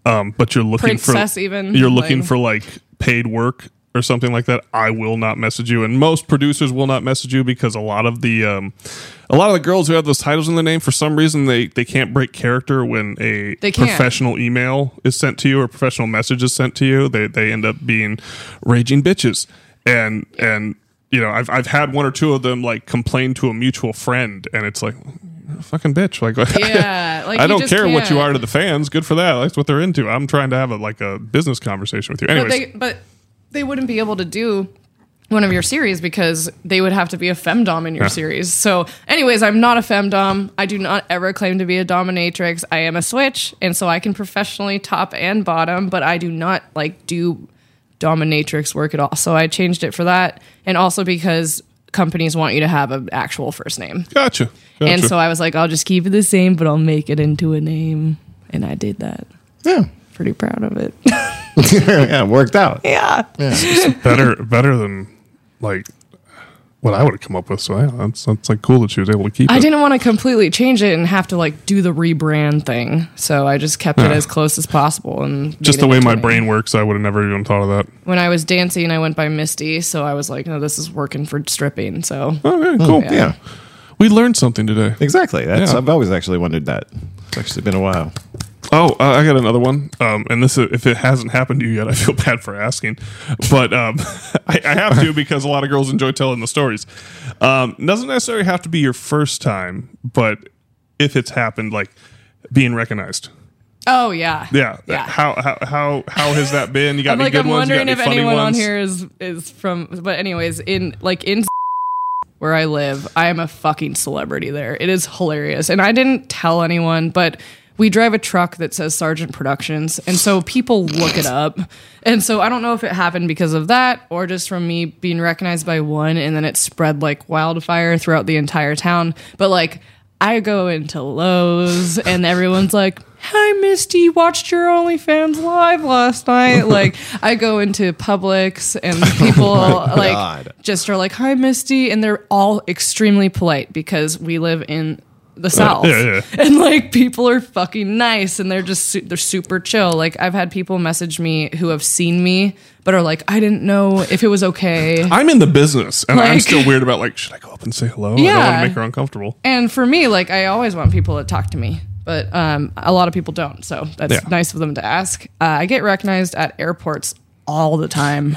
um, but you're looking
Princess
for
even,
you're looking
like-
for like paid work or something like that, I will not message you, and most producers will not message you because a lot of the um, a lot of the girls who have those titles in their name for some reason they they can't break character when a
They can't.
professional email is sent to you or professional message is sent to you, they they end up being raging bitches. And and you know, I've I've had one or two of them like complain to a mutual friend, and it's like "You're a fucking bitch. Like
Yeah, like
I
you
don't
just
care what you
can't.
are to the fans. Good for that. That's what they're into. I'm trying to have a like a business conversation with you. Anyways,
but they but they wouldn't be able to do one of your series because they would have to be a femdom in your
Yeah.
series. So, anyways, I'm not a femdom. I do not ever claim to be a dominatrix. I am a switch, and so I can professionally top and bottom, but I do not like do dominatrix work at all. So I changed it for that, and also because companies want you to have an actual first name.
Gotcha. gotcha.
And so I was like, I'll just keep it the same, but I'll make it into a name, and I did that.
Yeah.
Pretty proud of it.
yeah, it worked out.
yeah.
better better than like what I would have come up with. So yeah, that's, that's like cool that she was able to keep
I
it.
didn't want to completely change it and have to like do the rebrand thing, so I just kept it
Yeah.
as close as possible. And made
Just
it
the way
into
my
an-
brain works, I would have never even thought of that.
When I was dancing, I went by Misty, so I was like, "No, this is working for stripping." So
Okay, cool.
Yeah.
We learned something today.
Exactly. That's,
Yeah.
I've always actually wondered that. It's actually been a while.
Oh, uh, I got another one. Um, and this, if it hasn't happened to you yet, I feel bad for asking, but um, I, I have to because a lot of girls enjoy telling the stories. Um, doesn't necessarily have to be your first time, but if it's happened, like being recognized.
oh yeah,
Yeah.
yeah.
How, how how how has that been? You got
I'm
any
like,
good
I'm
ones? You got
wondering
any
if
funny
anyone on
ones?
here is is from. But anyways, in like in where I live, I am a fucking celebrity there. It is hilarious, and I didn't tell anyone, but. We drive a truck that says Sergeant Productions, and so people look it up. And so I don't know if it happened because of that or just from me being recognized by one, and then it spread like wildfire throughout the entire town. But like, I go into Lowe's and everyone's like, Hi, Misty, watched your OnlyFans live last night. Like, I go into Publix and people
God.
like just are like, Hi, Misty. And they're all extremely polite because we live in the South.
Uh, yeah, yeah.
And like, people are fucking nice and they're just, su- they're super chill. Like, I've had people message me who have seen me, but are like, I didn't know if it was okay.
I'm in the business, and I'm
Like-
still weird about like, should I go up and say hello? I don't want
Yeah.
to make her uncomfortable.
And for me, like I always want people to talk to me, but um, a lot of people don't. So that's
Yeah.
nice of them to ask. Uh, I get recognized at airports all the time.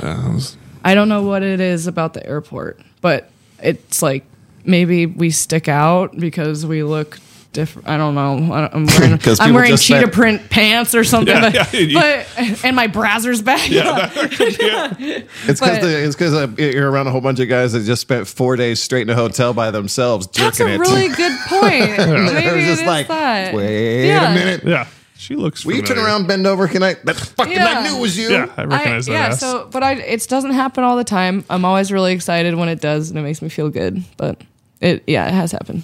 I don't know what it is about the airport, but it's like maybe we stick out because we look different. I don't know. I don't- I'm wearing,
'Cause
I'm
people
wearing
just
cheetah
said-
print pants or something,
Yeah,
but,
yeah, you-
but- and my browser's back.
It's because
But-
it's because uh, you're around a whole bunch of guys that just spent four days straight in a hotel by themselves
That's
jerking
a
it.
really good point. Maybe
They're
it
just
is
like,
that.
wait
Yeah.
a minute.
Yeah, she looks.
Will you turn
familiar.
around, bend over? Can I? That fucking
Yeah.
I knew it was you.
Yeah, I
I-
recognize that.
yeah,
ass.
so but I it doesn't happen all the time. I'm always really excited when it does, and it makes me feel good. But it yeah, it has happened.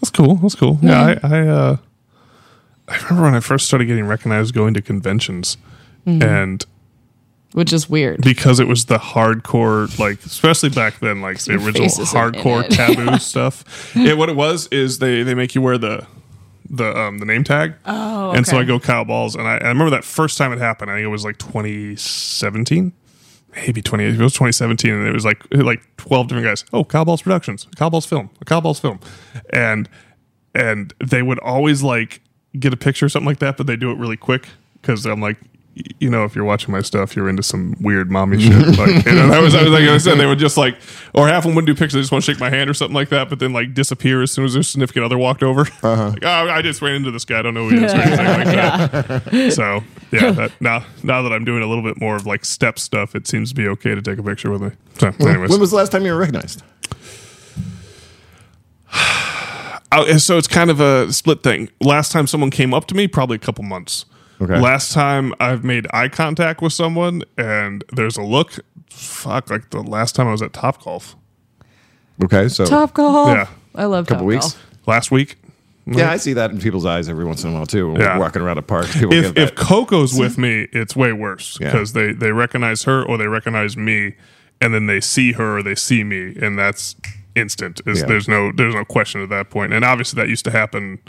that's cool. That's cool. Yeah, I, I, uh, I remember when I first started getting recognized going to conventions,
Mm-hmm.
and
Which is weird.
because it was the hardcore, like especially back then, like the
your
original
face isn't in
hardcore
it.
taboo stuff. Yeah, what it was is they they make you wear the the um the name tag. Oh, and so
okay.
I go cow balls, and I, and I remember that first time it happened. I think it was like 2017. Maybe 20, it was 2017, and it was like like 12 different guys. Oh, Cowballs Productions, Cowballs Film, Cowballs Film, and and they would always like get a picture or something like that, but they do it really quick because I'm like, y- you know, if you're watching my stuff, you're into some weird mommy shit. Like, and I was, I was like I said, they would just like, or half of them wouldn't do pictures. They just want to shake my hand or something like that, but then like disappear as soon as their significant other walked over. like, oh, I just ran into this guy. I don't know who he is or anything like that. So yeah, that, now now that I'm doing a little bit more of like step stuff, it seems to be okay to take a picture with me. So, anyways,
When was the last time you were recognized?
I- and Uh, so it's kind of a split thing. Last time someone came up to me, probably a couple months.
Okay.
Last time I've made eye contact with someone and there's a look. Fuck, like the last time I was at Top Golf
Okay, so
Top
Oh.
golf.
Yeah.
I love
couple
Top
weeks.
Golf.
last week.
Yeah, I see that in people's eyes every once in a while too. When
Yeah.
we're walking around a park, people
If,
get
if
that.
Coco's with me, it's way worse
Yeah.
because they, they recognize her or they recognize me and then they see her or they see me and that's instant. It's-
Yeah.
There's no there's no question at that point. And obviously that used to happen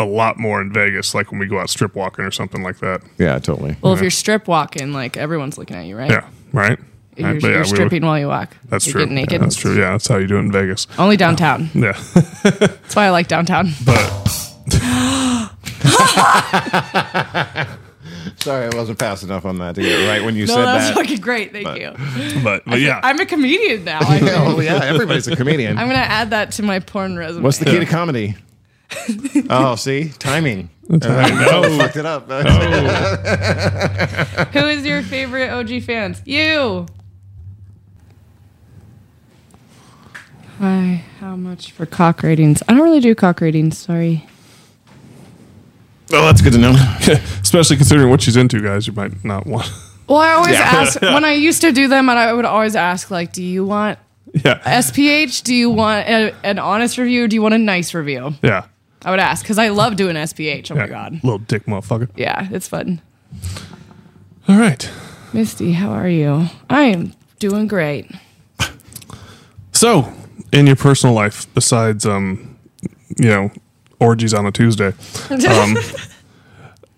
a lot more in Vegas, like when we go out strip walking or something like that.
yeah, totally.
Well, if you're strip walking, like everyone's looking at you, right?
Yeah, right.
You're,
Right, but
you're
yeah, we-
stripping while you walk.
That's
you
true.
Get naked. Oh.
Yeah, that's true. Yeah, that's how you do it in Vegas.
Only downtown.
Yeah,
That's why I like downtown.
but
Sorry, I wasn't fast enough on that to get it right when you
No,
said
that's
that.
fucking great. Thank you.
but, but yeah,
I'm a comedian now. I
yeah, well, yeah, everybody's a comedian.
am gonna add that to my porn resume.
What's the key to comedy? oh, see, timing.
I know.
Fucked it up.
Oh,
Who is your favorite OG fans? You. Hi, how much for cock ratings? I don't really do cock ratings. Sorry.
Oh, that's good to know.
Especially considering what she's into, guys. You might not want.
Well, I always ask when I used to do them, and I would always ask like, "Do you want
yeah.
SPH? Do you want a, an honest review? Do you want a nice review?"
Yeah.
I would ask because I love doing SPH. Oh
yeah.
my god.
Little dick motherfucker.
Yeah, it's fun.
All right.
Misty, how are you? I am doing great.
So, in your personal life, besides, um, you know, orgies on a Tuesday, um,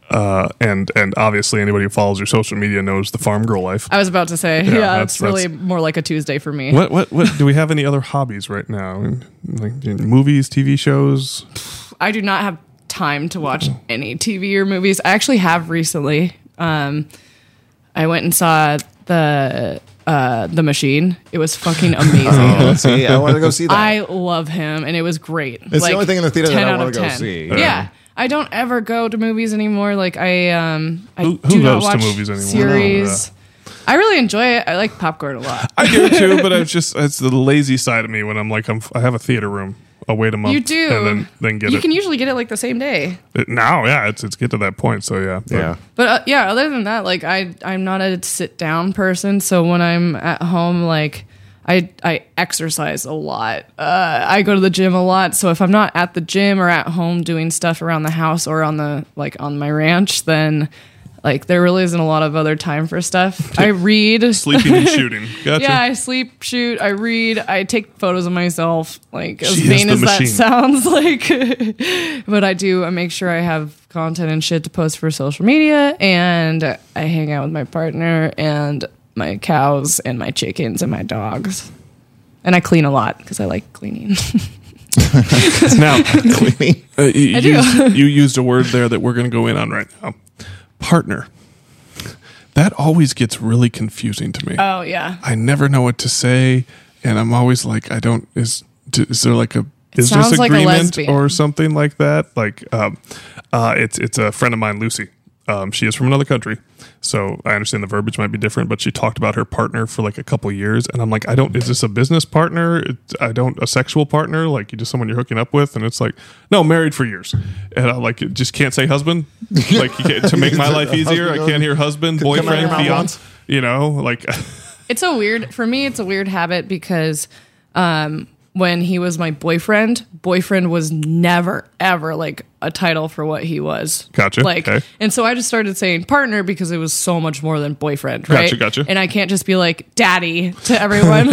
uh, and and obviously anybody who follows your social media knows the farm girl life.
I was about to say,
Yeah,
yeah,
that's-
it's really
that's-
more like a Tuesday for me.
What what what? do we have any other hobbies right now? Like movies, TV shows?
I do not have time to watch any TV or movies. I actually have recently. Um, I went and saw the uh, the Machine. It was fucking amazing.
Oh, see, I want to go see that.
I love him, and it was great. It's
the only thing in the theater that I wanna go see.
Yeah. I don't ever go to movies anymore. Like I, um, I
Who- who
do not
goes to
watch
movies anymore?
Series. I really enjoy it. I like popcorn a lot.
I do too, but it's just it's the lazy side of me when I'm like I'm I have a theater room. I'll wait a month.
You do.
and then then get
you
it.
can usually get it like the same day.
It- Now, yeah, it's it's get to that point. So yeah, but-
yeah.
But uh, yeah, other than that, like I I'm not a sit down person. So when I'm at home, like I I exercise a lot. Uh, I go to the gym a lot. So if I'm not at the gym or at home doing stuff around the house or on the like on my ranch, then like there really isn't a lot of other time for stuff. I read.
sleeping and shooting. Gotcha.
Yeah, I sleep, shoot, I read, I take photos of myself. Like as
She is
vain
the
as
machine.
that sounds, like, but I do. I make sure I have content and shit to post for social media, and I hang out with my partner and my cows and my chickens and my dogs, and I clean a lot because I like cleaning.
Now,
Cleaning.
Uh, you,
do.
used, you used a word there that we're going to go in on right now. Partner. That always gets really confusing to me.
oh yeah,
I never know what to say, and I'm always like, I don't. Is d- is there like a business
sounds like a
agreement
lesbian.
or something like that? Like, um, uh, it's it's a friend of mine, Lucy. Um, she is from another country, so I understand the verbiage might be different. But she talked about her partner for like a couple years, and I'm like, I don't. Is this a business partner? It, I don't a sexual partner. Like, you just someone you're hooking up with, and it's like, no, married for years, and I'm like, it just can't say husband. Like, you can't, to make my life easier, I can't hear husband,
out of your
boyfriend,
mouth
fiance.
once.
You know, like.
it's a weird for me. It's a weird habit because um, when he was my boyfriend, boyfriend was never ever like a title for what he was.
Gotcha,
Like,
okay.
and so I just started saying partner because it was so much more than boyfriend. Right?
Gotcha, gotcha.
And I can't just be like daddy to everyone.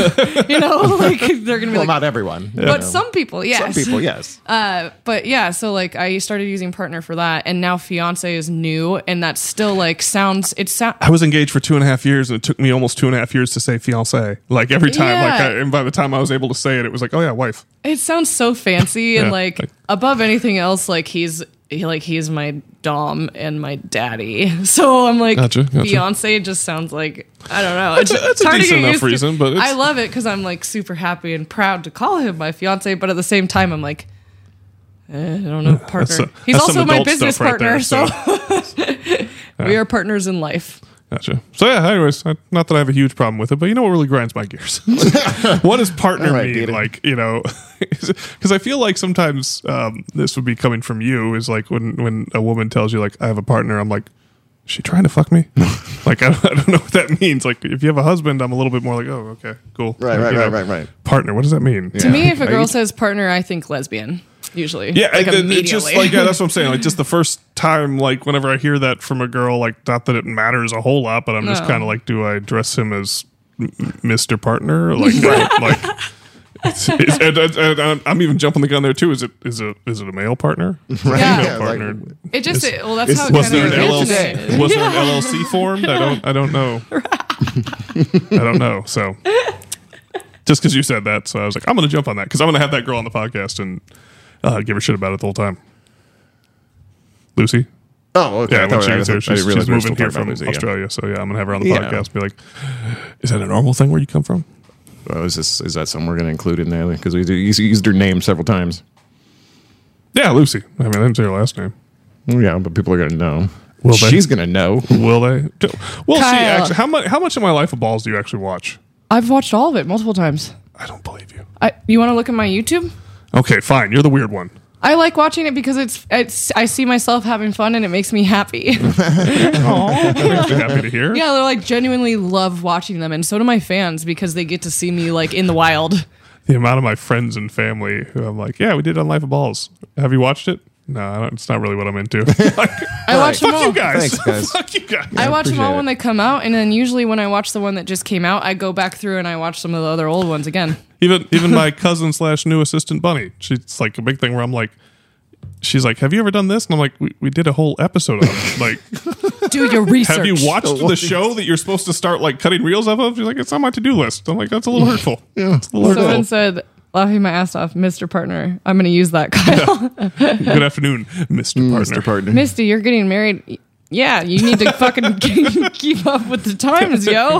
you know, like they're gonna
Well,
be like.
not everyone.
But some people, yes.
Some people, yes.
Uh, but yeah, so like I started using partner for that, and now fiance is new, and that's still like sounds. It sounds.
I was engaged for two and a half years, and it took me almost two and a half years to say fiance. Like every time, like
Yeah.
I, and by the time I was able to say it, it was like, oh yeah, wife.
It sounds so fancy and
Yeah,
like,
like-
above anything else, like he's he, like he's my dom and my daddy. So I'm like
Gotcha, gotcha.
Beyonce just sounds like I don't know. It's,
a- that's a
hard to
decent
get
enough
used to.
reason, but it's-
I love it because I'm like super happy and proud to call him my fiance, but at the same time I'm like eh, I don't know partner.
So-
he's
that's some
also my
adult
business
stuff right
partner,
there,
so we are partners in life.
gotcha. So yeah, anyways, I, not that I have a huge problem with it, but you know what really grinds my gears? what does partner
All right,
mean?
beat it.
Like you know, because I feel like sometimes um, this would be coming from you is like when when a woman tells you like I have a partner, I'm like. Is she trying to fuck me? like I don't, I don't know what that means. Like if you have a husband, I'm a little bit more like, oh, okay, cool.
Right,
Like,
right,
you
right, right, right.
Partner, what does that mean?
To me, if a
Are
girl
you-
says partner, I think lesbian usually.
Yeah, and
like
then
immediately.
it's just like uh, yeah, that's what I'm saying. Like just the first time, like whenever I hear that from a girl, like not that it matters a whole lot, but I'm just
No.
kind of like, do I address him as m- m- Mr. Partner? Like, I- like. It's, it's, and, and, and I'm- I'm even jumping the gun there too. Is it is it is it a male partner? Right.
Yeah.
Female
Yeah,
like-
partner.
It just it, well, that's how it
was
kind
there an
of originated.
LLC? Was there an LLC formed? I don't I don't know. I don't know. So just because you said that, so I was like, I'm going to jump on that because I'm going to have that girl on the podcast and uh, give her shit about it the whole time. Lucy,
Oh, okay.
yeah,
I thought
when she
I
gets
was- I
here, she's,
didn't realize
she's
we were
moving
still
here
talking
from
about music,
Australia, so yeah, I'm going to have her on the
Yeah.
podcast. and Be like, is that a normal thing where you come from?
yeah. Oh, is this is that something we're going to include in there? Because we do, you used her name several times.
Yeah, Lucy. I mean, I didn't say her last name.
Yeah, but people are going to know.
Will they?
she's going to know.
Will they? Do- We'll see.
Kyle.
Actually, how much? How much of my life of balls do you actually watch?
I've watched all of it multiple times.
I don't believe you.
I, you want to look at my YouTube?
Okay, fine. You're the weird one.
I like watching it because it's, it's I see myself having fun and it makes me happy.
Makes me happy to hear.
yeah, they're like genuinely love watching them, and so do my fans because they get to see me like in the wild.
The amount of my friends and family who I'm like, yeah, we did it on Life of Balls. Have you watched it? No, I don't, it's not really what I'm into. Like,
I watch them
fuck
all.
you guys.
Thanks, guys.
fuck you guys.
I watch them
appreciate
all
it.
when they come out, and then usually when I watch the one that just came out, I go back through and I watch some of the other old ones again.
even even my cousin slash new assistant bunny she's like a big thing where i'm like she's like have you ever done this and i'm like we, we did a whole episode on it like
Do your research.
have you watched the show that you're supposed to start like cutting reels off of she's like it's on my to-do list i'm like that's a little hurtful yeah it's a little
Someone
hurtful.
said, laughing my ass off, Mr. Partner. I'm going to use that, Kyle.
good afternoon mr partner
Mr. Partner.
Misty, you're getting married. Yeah, you need to fucking keep up with the times, yo.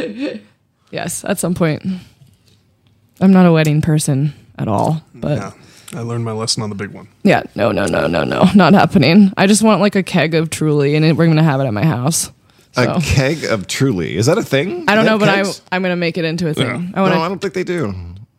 yes, at some point. I'm not a wedding person at all, but
yeah i learned my lesson on the big one
yeah, no, no, no, no, no, not happening. I just want like a keg of Truly, and it- we're gonna have it at my house. So.
A keg of Truly. Is that a thing?
I don't
They
know,
have
but I,
kegs?
I'm gonna make it into a thing.
Yeah.
I want to.
no, I don't think they do.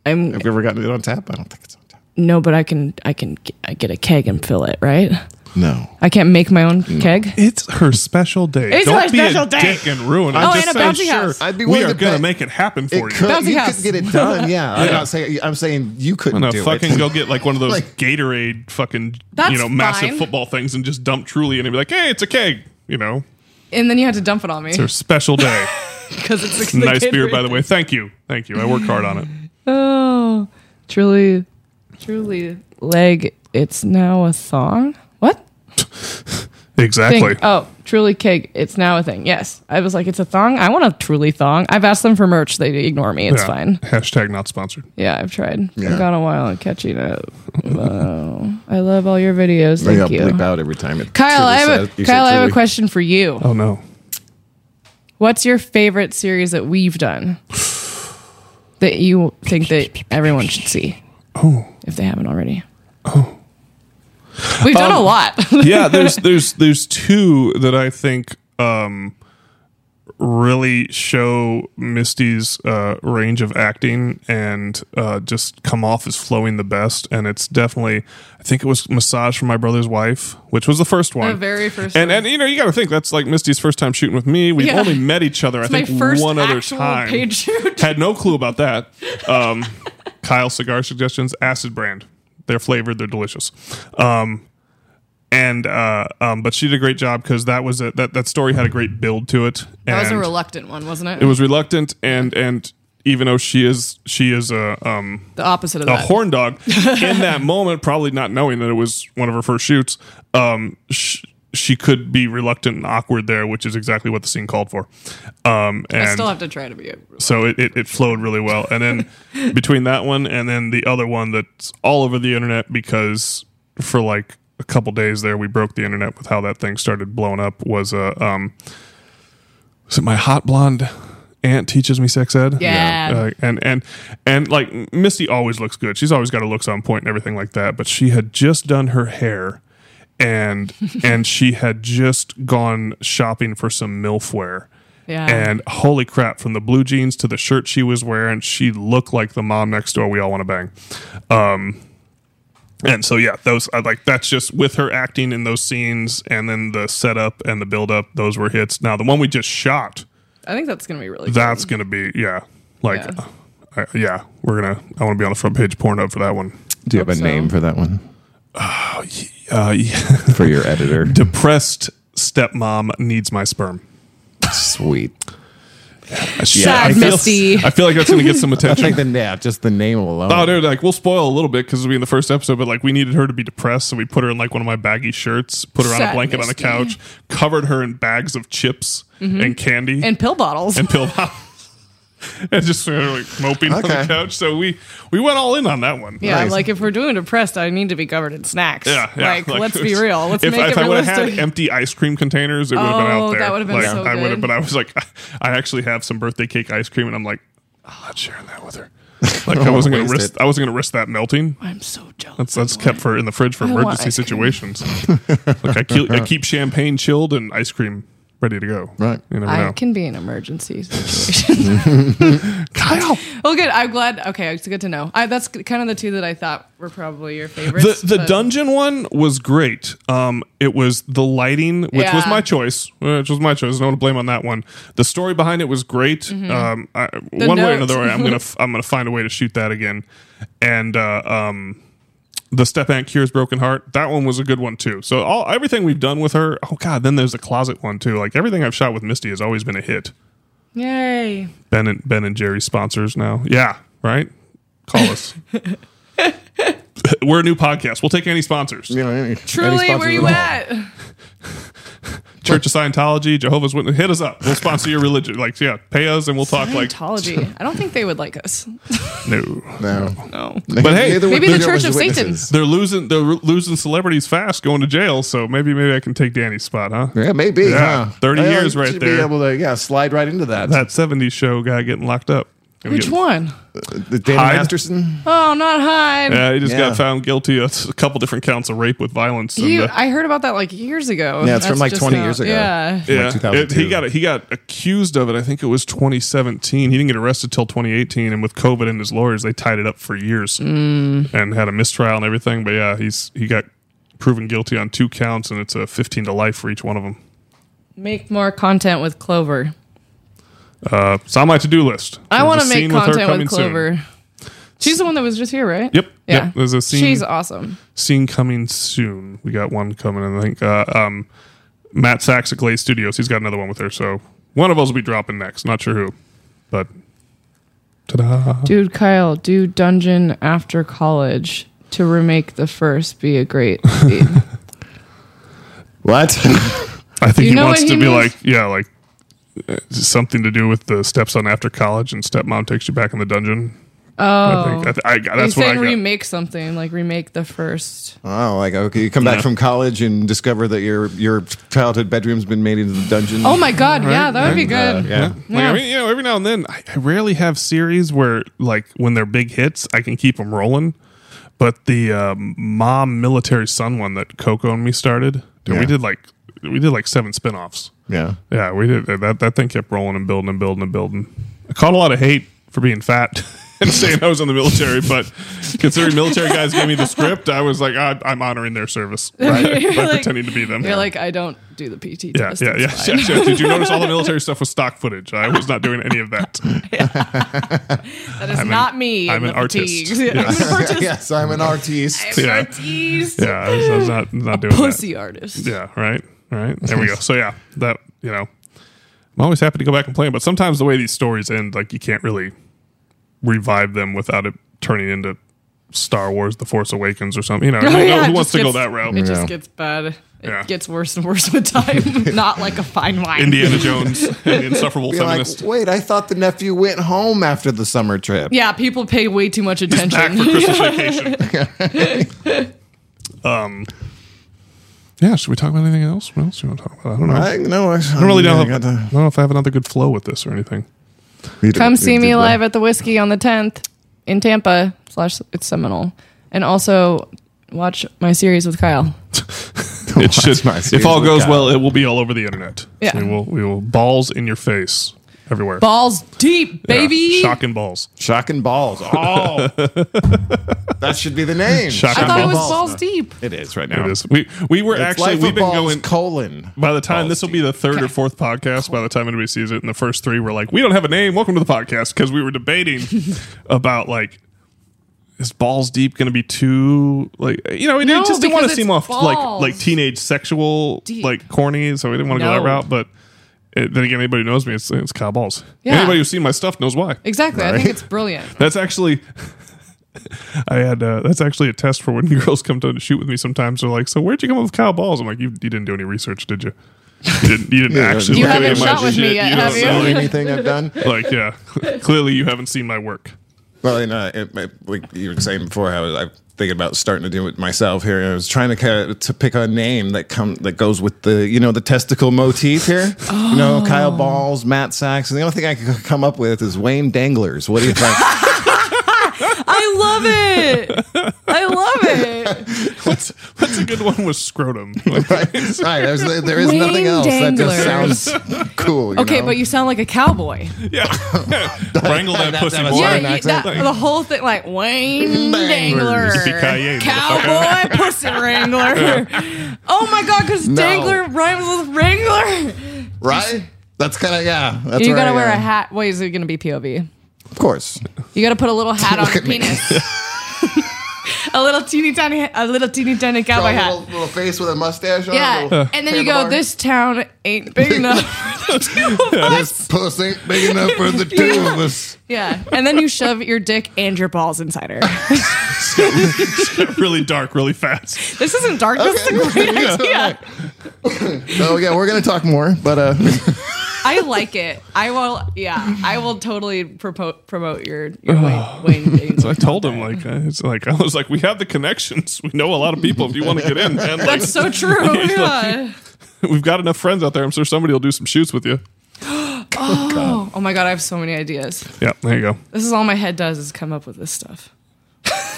I'm
Have you ever gotten it on tap? I don't think it's on tap.
no, but I can. I can. g- I get a keg and fill it. Right.
No.
I can't make my own keg.
it's her special day.
It's
Don't
her
be
special
a
day.
dick and ruin it.
Oh,
Just
and a
say,
bouncy house.
I'd be
we
willing
are
to
going to
bet
make it happen for
It
you.
could,
Bouncy
you
house.
could get it done. Yeah, I'm not saying. I'm saying you couldn't
No,
do
fucking
it.
go get like one of those
Like-
Gatorade fucking
That's
you know massive
fine.
football things and just dump Truly in and be like, hey, it's a keg. You know,
And then you have to dump it on me
their special day.
because it's the
nice
kid
beer, by the
version.
way. Thank you, thank you. I work hard on it.
Oh, truly, truly, leg. It's now a thong. What? Thing.
Exactly.
Oh, truly keg. It's now a thing. Yes, I was like, it's a thong. I want a truly thong. I've asked them for merch. They ignore me. It's
Yeah.
fine.
Hashtag not sponsored.
Yeah, I've tried.
Yeah.
I've gone a while on catching up. Wow. I love all your videos. Thank
yeah, bleep
you,
out every time. It
Kyle.
truly
I have
said-
a
you said
Kyle. I have a
truly.
question for you.
Oh no.
What's your favorite series that we've done that you think that everyone should see? Oh, if they haven't already. Oh, we've done a
Um,
lot.
yeah, there's there's there's two that I think um really show Misty's uh range of acting and uh just come off as flowing the best and it's definitely I think it was Massage from My Brother's Wife, which was the first one.
The very first
and
one.
and you know, you gotta think that's like Misty's first time shooting with me. We've
Yeah.
only met each other I
my
think
first
one other
actual
time.
paid shoot.
Had no clue about that. Um Kyle cigar suggestions, acid brand. They're flavored, they're delicious Um, and uh, um, but she did a great job because that was a, that that story had a great build to it.
that was a
and
reluctant one, wasn't it?
It was reluctant, and and even though she is she is a um,
the opposite of
a
that.
horn dog in that moment, probably not knowing that it was one of her first shoots, um, sh- she could be reluctant and awkward there, which is exactly what the scene called for. Um, and
I still have to try to be. A,
so it, it, it flowed really well. And then between that one and then the other one that's all over the internet because for like a couple days there we broke the internet with how that thing started blowing up was uh, um was it my hot blonde aunt teaches me sex ed
Yeah.
Uh, and and and like Misty always looks good she's always got her looks on point and everything like that but she had just done her hair and and she had just gone shopping for some milf wear
Yeah.
and holy crap, from the blue jeans to the shirt she was wearing, she looked like the mom next door we all want to bang. Um, and so yeah, those I like that's just with her acting in those scenes and then the setup and the build up, those were hits. Now the one we just shot,
I think that's gonna be really.
that's gonna be yeah. Like
Yeah.
yeah, I, yeah we're gonna I wanna be on the front page of Pornhub for that one.
Do you have a
Hope so.
name for that one?
Uh yeah.
For your editor?
Depressed stepmom needs my sperm.
Sweet.
Sad
I feel-
Misty.
I feel like that's gonna get some
I
attention.
think the yeah, just the name alone.
Oh, dude, like we'll spoil a little bit because it'll be in the first episode, but like we needed her to be depressed, so we put her in like one of my baggy shirts, put her on a
Sad
blanket
Misty.
on a couch, covered her in bags of chips and candy
and pill bottles.
and pill bottles. and just sort of like moping on
Okay.
the couch. So we we went all in on that one.
yeah,
Nice.
like if we're doing depressed, I need to be covered in snacks.
Yeah, yeah,
like, let's be real. Let's
if,
make
if
it
I would have
realistic.
had empty ice cream containers, it would have been
Oh,
out there.
that would've been
like,
so
I
good.
but I was like, I actually have some birthday cake ice cream, and I'm like, "Oh, I'm not sharing that with her. Like I wasn't gonna
Waste
risk.
it.
I wasn't gonna risk that melting.
I'm so jealous.
That's that's kept for in the fridge for
want
emergency
ice cream.
situations. like I, keep I keep champagne chilled and ice cream ready to go.
Right.
You never
I
know.
can be an emergency situation.
Kyle,
well, good. I'm glad. Okay, it's good to know. I, that's kind of the two that I thought were probably your
the
favorites.
the
but-
dungeon one was great. Um, it was the lighting, which was
Yeah.
my choice, which was my choice. No one to blame on that one. The story behind it was great. Um, I, one way or
Mm-hmm. note.
another, I'm gonna f- I'm gonna find a way to shoot that again. And uh, um, the step aunt cures broken heart. That one was a good one too. So all everything we've done with her. Oh god, then there's the closet one too. Like everything I've shot with Misty has always been a hit.
Yay.
Ben and Ben and Jerry sponsors now. Yeah, right. Call us. We're a new podcast. We'll take any sponsors.
You know, any- any
Truly,
sponsors
where you
all.
at?
Church of Scientology, Jehovah's Witness, hit us up. We'll sponsor your religion. Like, yeah, pay us and we'll talk like
Scientology. I don't think they would like us.
no.
No.
No.
But hey,
Neither would
Maybe the
Jehovah's
Church of
Witnesses.
they're losing they're losing celebrities fast going to jail, so maybe maybe I can take Danny's spot, huh?
Yeah, maybe.
Yeah,
huh?
30
Well,
years
you
right
should
there.
Be able to yeah, slide right into that.
That 70s show guy getting locked up. Gonna
Which
get-
one?
The Danny
Hyde?
Masterson.
Oh, not Hyde.
Yeah, he just
Yeah.
got found guilty of a couple different counts of rape with violence.
He-
and, uh,
I heard about that like years ago.
Yeah, it's from,
That's
like,
just
20
now-
years ago.
Yeah.
like
yeah, it- he
2002.
got he got accused of it. I think it was 2017. He didn't get arrested till 2018, and with COVID and his lawyers, they tied it up for years
Mm.
and had a mistrial and everything. But yeah, he's he got proven guilty on two counts, and it's a 15 to life for each one of them.
Make more content with Clover.
Uh, it's on my to do list.
I
There's
want
a
to make
scene her
content with,
coming soon.
Clover. She's the one that was just here, right?
Yep,
Yeah.
yep, there's a scene-
She's awesome.
Scene coming soon. We got one coming, and I think uh, um, Matt Sachs at Glaze Studios. He's got another one with her. So one of us will be dropping next. Not sure who, but ta-da.
Dude, Kyle, do Dungeon after college to remake the first be a great feat.
What?
I think
You
he
know
wants
what
to
he
be
means?
like, yeah, like uh, something to do with the stepson after college and stepmom takes you back in the dungeon. I
Oh.
think I th- I got-
He's
that's what I
saying
got.
remake something, like remake the first.
oh, like okay, you come back
Yeah.
from college and discover that your your childhood bedroom's been made into the dungeon.
Oh my god, Hmm? yeah, that would be
Uh,
good.
yeah.
Like, I
Yeah.
mean, you know, every now and then, I, I rarely have series where, like, when they're big hits, I can keep them rolling. But the um, mom military son one that Coco and me started, dude, we
Yeah.
did like we did like seven spinoffs.
Yeah.
Yeah, we did that. That thing kept rolling and building and building and building. I caught a lot of hate for being fat and saying I was in the military, but considering military guys gave me the script, I was like, I, I'm honoring their service right?
You're
by
like-
uh, pretending to be them.
You're like, I don't do the PT
yeah,
test.
yeah, yeah,
it's
yeah,
fine.
yeah. Did you notice all the military stuff was stock footage? I was not doing any of that.
That is not me.
I'm
in
an
the
artist.
fatigues. I'm an artist.
Yes, I'm an artiste.
I'm an
Yeah.
artiste.
Yeah, I was, I was not not doing
Pussy artist.
that. Yeah, right, right. There we go. So yeah, that you know, I'm always happy to go back and play 'em, but sometimes the way these stories end, like you can't really revive them without it turning into Star Wars: The Force Awakens or something. You know,
Oh,
who-
yeah,
who
it
wants
just
to go
gets-
that route?
It just
Yeah.
gets bad. It
Yeah.
gets worse and worse with time. Not like a fine wine.
Indiana Jones and the insufferable
Be like,
feminist.
wait, I thought the nephew went home after the summer trip.
Yeah, people pay way too much
back for
attention.
Christmas vacation. um, yeah. Should we talk about anything else? What else do you want to talk about? I don't know. I
I no, I,
don't really know.
I
if- I
got to-
don't know if I have another good flow with this or anything.
you
Come
do-
see
you
me
do well.
live at the Whiskey on the 10th in Tampa slash it's Seminole, and also watch my series with Kyle.
It should.
That's my
if all goes
serious lookout.
well, it will be all over the internet.
Yeah.
we will. We will balls in your face everywhere.
Balls deep,
Yeah,
baby.
Shocking balls.
Shocking balls. Oh, that should be the name.
Shocking
I thought it was
balls.
balls deep.
It is right now.
It is. We we were
It's
actually
Life
we've
of
been
Balls,
going.
colon.
By the time
Balls
this will be the third or fourth podcast, by the time anybody sees it, and the first three were like, we don't have a name. Welcome to the podcast because we were debating about like. Is balls deep going to be too like you know? We didn't-
No,
just didn't want to
because
seem
it's
off like
balls.
like teenage sexual
Deep.
like corny, so we didn't want to go
No.
that route. But it, then again, anybody who knows me, it's it's cow balls.
Yeah.
Anybody who's seen my stuff knows why.
Exactly. I think it's brilliant.
That's actually, I had uh, that's actually a test for when girls come to shoot with me. Sometimes they're like, "So where'd you come up with cow balls?" I'm like, "You, you didn't do any research, did you? You didn't, you didn't
Yeah,
actually
you
look at
haven't
any of my
shot
with me
shit.
yet,
You don't
have you?
know
Or
any-
anything I've done.
Like, yeah, clearly you haven't seen my work.
Well, you know, it, it- like you were saying before, I was I'm thinking about starting to do it myself here. and I was trying to kind of, to pick a name that come that goes with the you know the testicle motif here. You
Oh.
know, Kyle Balls, Matt Sachs, and the only thing I could come up with is Wayne Danglers. What do you think?
I love it. I love it.
What's, what's a good one with scrotum? Like,
Right. There's, there is
Wing
nothing else. That
danglers.
just sounds cool.
Okay,
know?
but you sound like a cowboy.
yeah. Wrangle that
That's
pussy
how
boy.
it's
Yeah,
Sorry,
you,
Max,
that,
I-
the whole thing, like Wayne Dangler,
Danglers.
Yippee-ki-yay,
cowboy pussy wrangler. Oh my god, because
No.
Dangler rhymes with wrangler.
right? That's kind of yeah. That's
you
where
gotta
I
wear a
am.
hat. Wait, is it gonna be POV?
Of course.
You gotta put a little hat on
Look
your
at me.
penis. a little teeny tiny, a little teeny tiny
Draw
cowboy
a little,
hat.
little face with a mustache on. a
Yeah,
little
and then you go.
handlebar.
This town ain't big enough. for the two of us."
This puss ain't big enough for the two of us.
Yeah, and then you shove your dick and your balls inside her.
really dark, really fast.
This isn't dark. This is a great idea.
So yeah, we're gonna talk more, but uh,
I like it. I will. Yeah, I will totally propo- promote your, your Wayne. Wayne Gaines.
So I told him like I, it's like I was like we have the connections. We know a lot of people. If you want to get in, man, like,
That's so true. Yeah.
we've got enough friends out there. I'm sure somebody will do some shoots with you.
Oh, oh my god, I have so many ideas.
Yeah, there you go.
This is all my head does is come up with this stuff.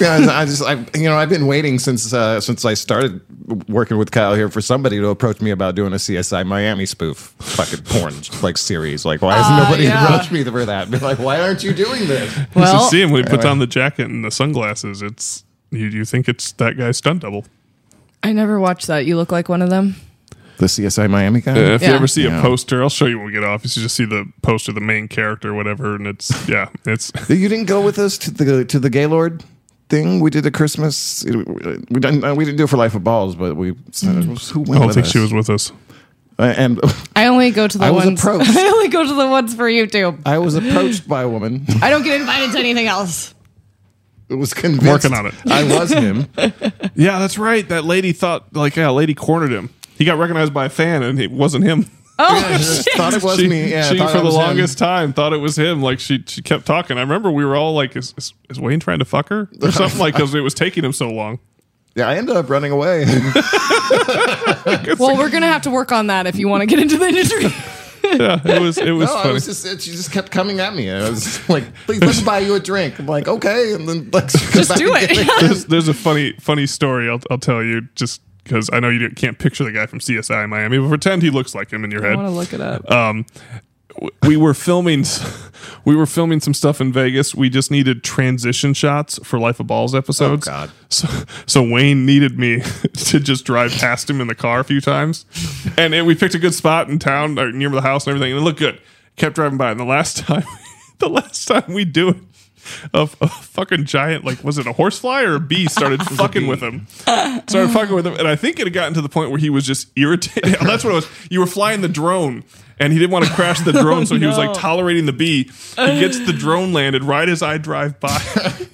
yeah, I just I you know I've been waiting since uh, since I started working with Kyle here for somebody to approach me about doing a CSI Miami spoof fucking porn like series. Like why has nobody
Ah, yeah.
approached me for that? Be like why aren't you doing this?
You
Well,
should see him when he puts on the jacket and the sunglasses. It's you. You think it's that guy's stunt double?
I never watched that. You look like one of them.
The CSI Miami guy.
Uh, if you
Yeah.
ever see a
Yeah.
poster, I'll show you when we get off. You should just see the poster, the main character, whatever, and it's yeah, it's
You didn't go with us to the to the Gaylord thing. We did the Christmas. We didn't we didn't do it for Life of Balls, but we.
Mm.
Who went
I don't
with
think
us?
she was with us.
Uh, And
I only go to the
I was
ones.
approached.
I only go to the ones for YouTube.
I was approached by a woman.
I don't get invited to anything else.
who was convinced.
Working on it.
I was him.
Yeah, that's right. That lady thought like yeah, lady cornered him. He got recognized by a fan, and it wasn't him.
Oh,
I just thought it was
she,
me. Yeah, I
she
thought
for
it
the
was him.
longest time thought it was him. Like she she kept talking. I remember we were all like, is, is, is Wayne trying to fuck her or something like because it was taking him so long.
Yeah, I ended up running away.
well, we're gonna have to work on that if you want to get into the industry.
Yeah, it was it was
no, I
funny.
was just, it, she just kept coming at me. I was just like, please, let's buy you a drink. I'm like, okay. And then like, she comes
Just
back
do
and
it.
gets me.
there's, there's a funny funny story I'll, I'll tell you just because I know you can't picture the guy from CSI Miami, but pretend he looks like him in your head.
I want to look it up.
um, w- we were filming we were filming some stuff in Vegas. We just needed transition shots for Life of Balls episodes.
Oh, God.
So so Wayne needed me to just drive past him in the car a few times. And it, we picked a good spot in town or near the house and everything and it looked good. Kept driving by and the last time the last time we do it a, a fucking giant like was it a horsefly or a bee started fucking with him started fucking with him, and I think it had gotten to the point where he was just irritated. That's what it was. You were flying the drone, and he didn't want to crash the drone, so he was like
no.
tolerating the bee. He gets the drone landed right as I drive by.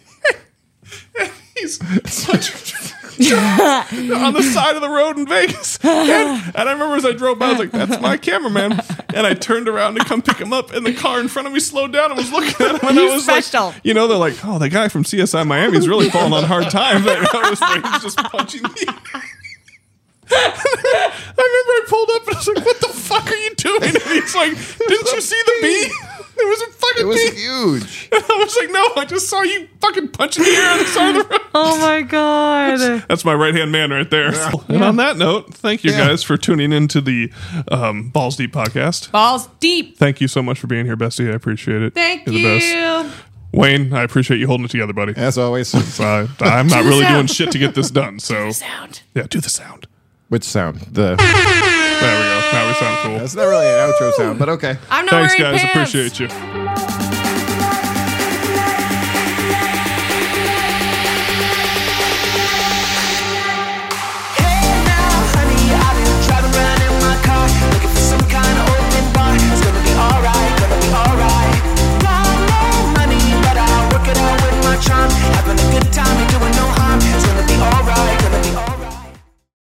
And He's such on the side of the road in Vegas. And, and I remember as I drove by, I was like, that's my cameraman. And I turned around to come pick him up, and the car in front of me slowed down and was looking at him. And
He's
I was
special.
like, you know, they're like, oh, the guy from CSI Miami's really falling on hard times. And I was like, he's just punching me. I remember I pulled up and I was like, what the fuck are you doing? And he's like, didn't you see the bee? There was a fucking
It was
bee.
huge.
And I was like, no, I just saw you fucking punching the air on the side of the road.
Oh my god.
That's my right hand man right there. And on that note, thank you
Yeah.
guys for tuning in to the um, Balls Deep podcast.
Balls deep.
Thank you so much for being here, Bestie. I appreciate it.
Thank
You're
you.
the best. Wayne, I appreciate you holding it together, buddy.
As always.
Uh, I'm not really
sound.
doing shit to get this done. So,
Sound.
yeah, do the sound.
Which sound?
There
The
we go. Now we sound cool.
That's not really an outro sound, but okay.
I'm not
Thanks,
wearing
guys.
pants.
Appreciate you.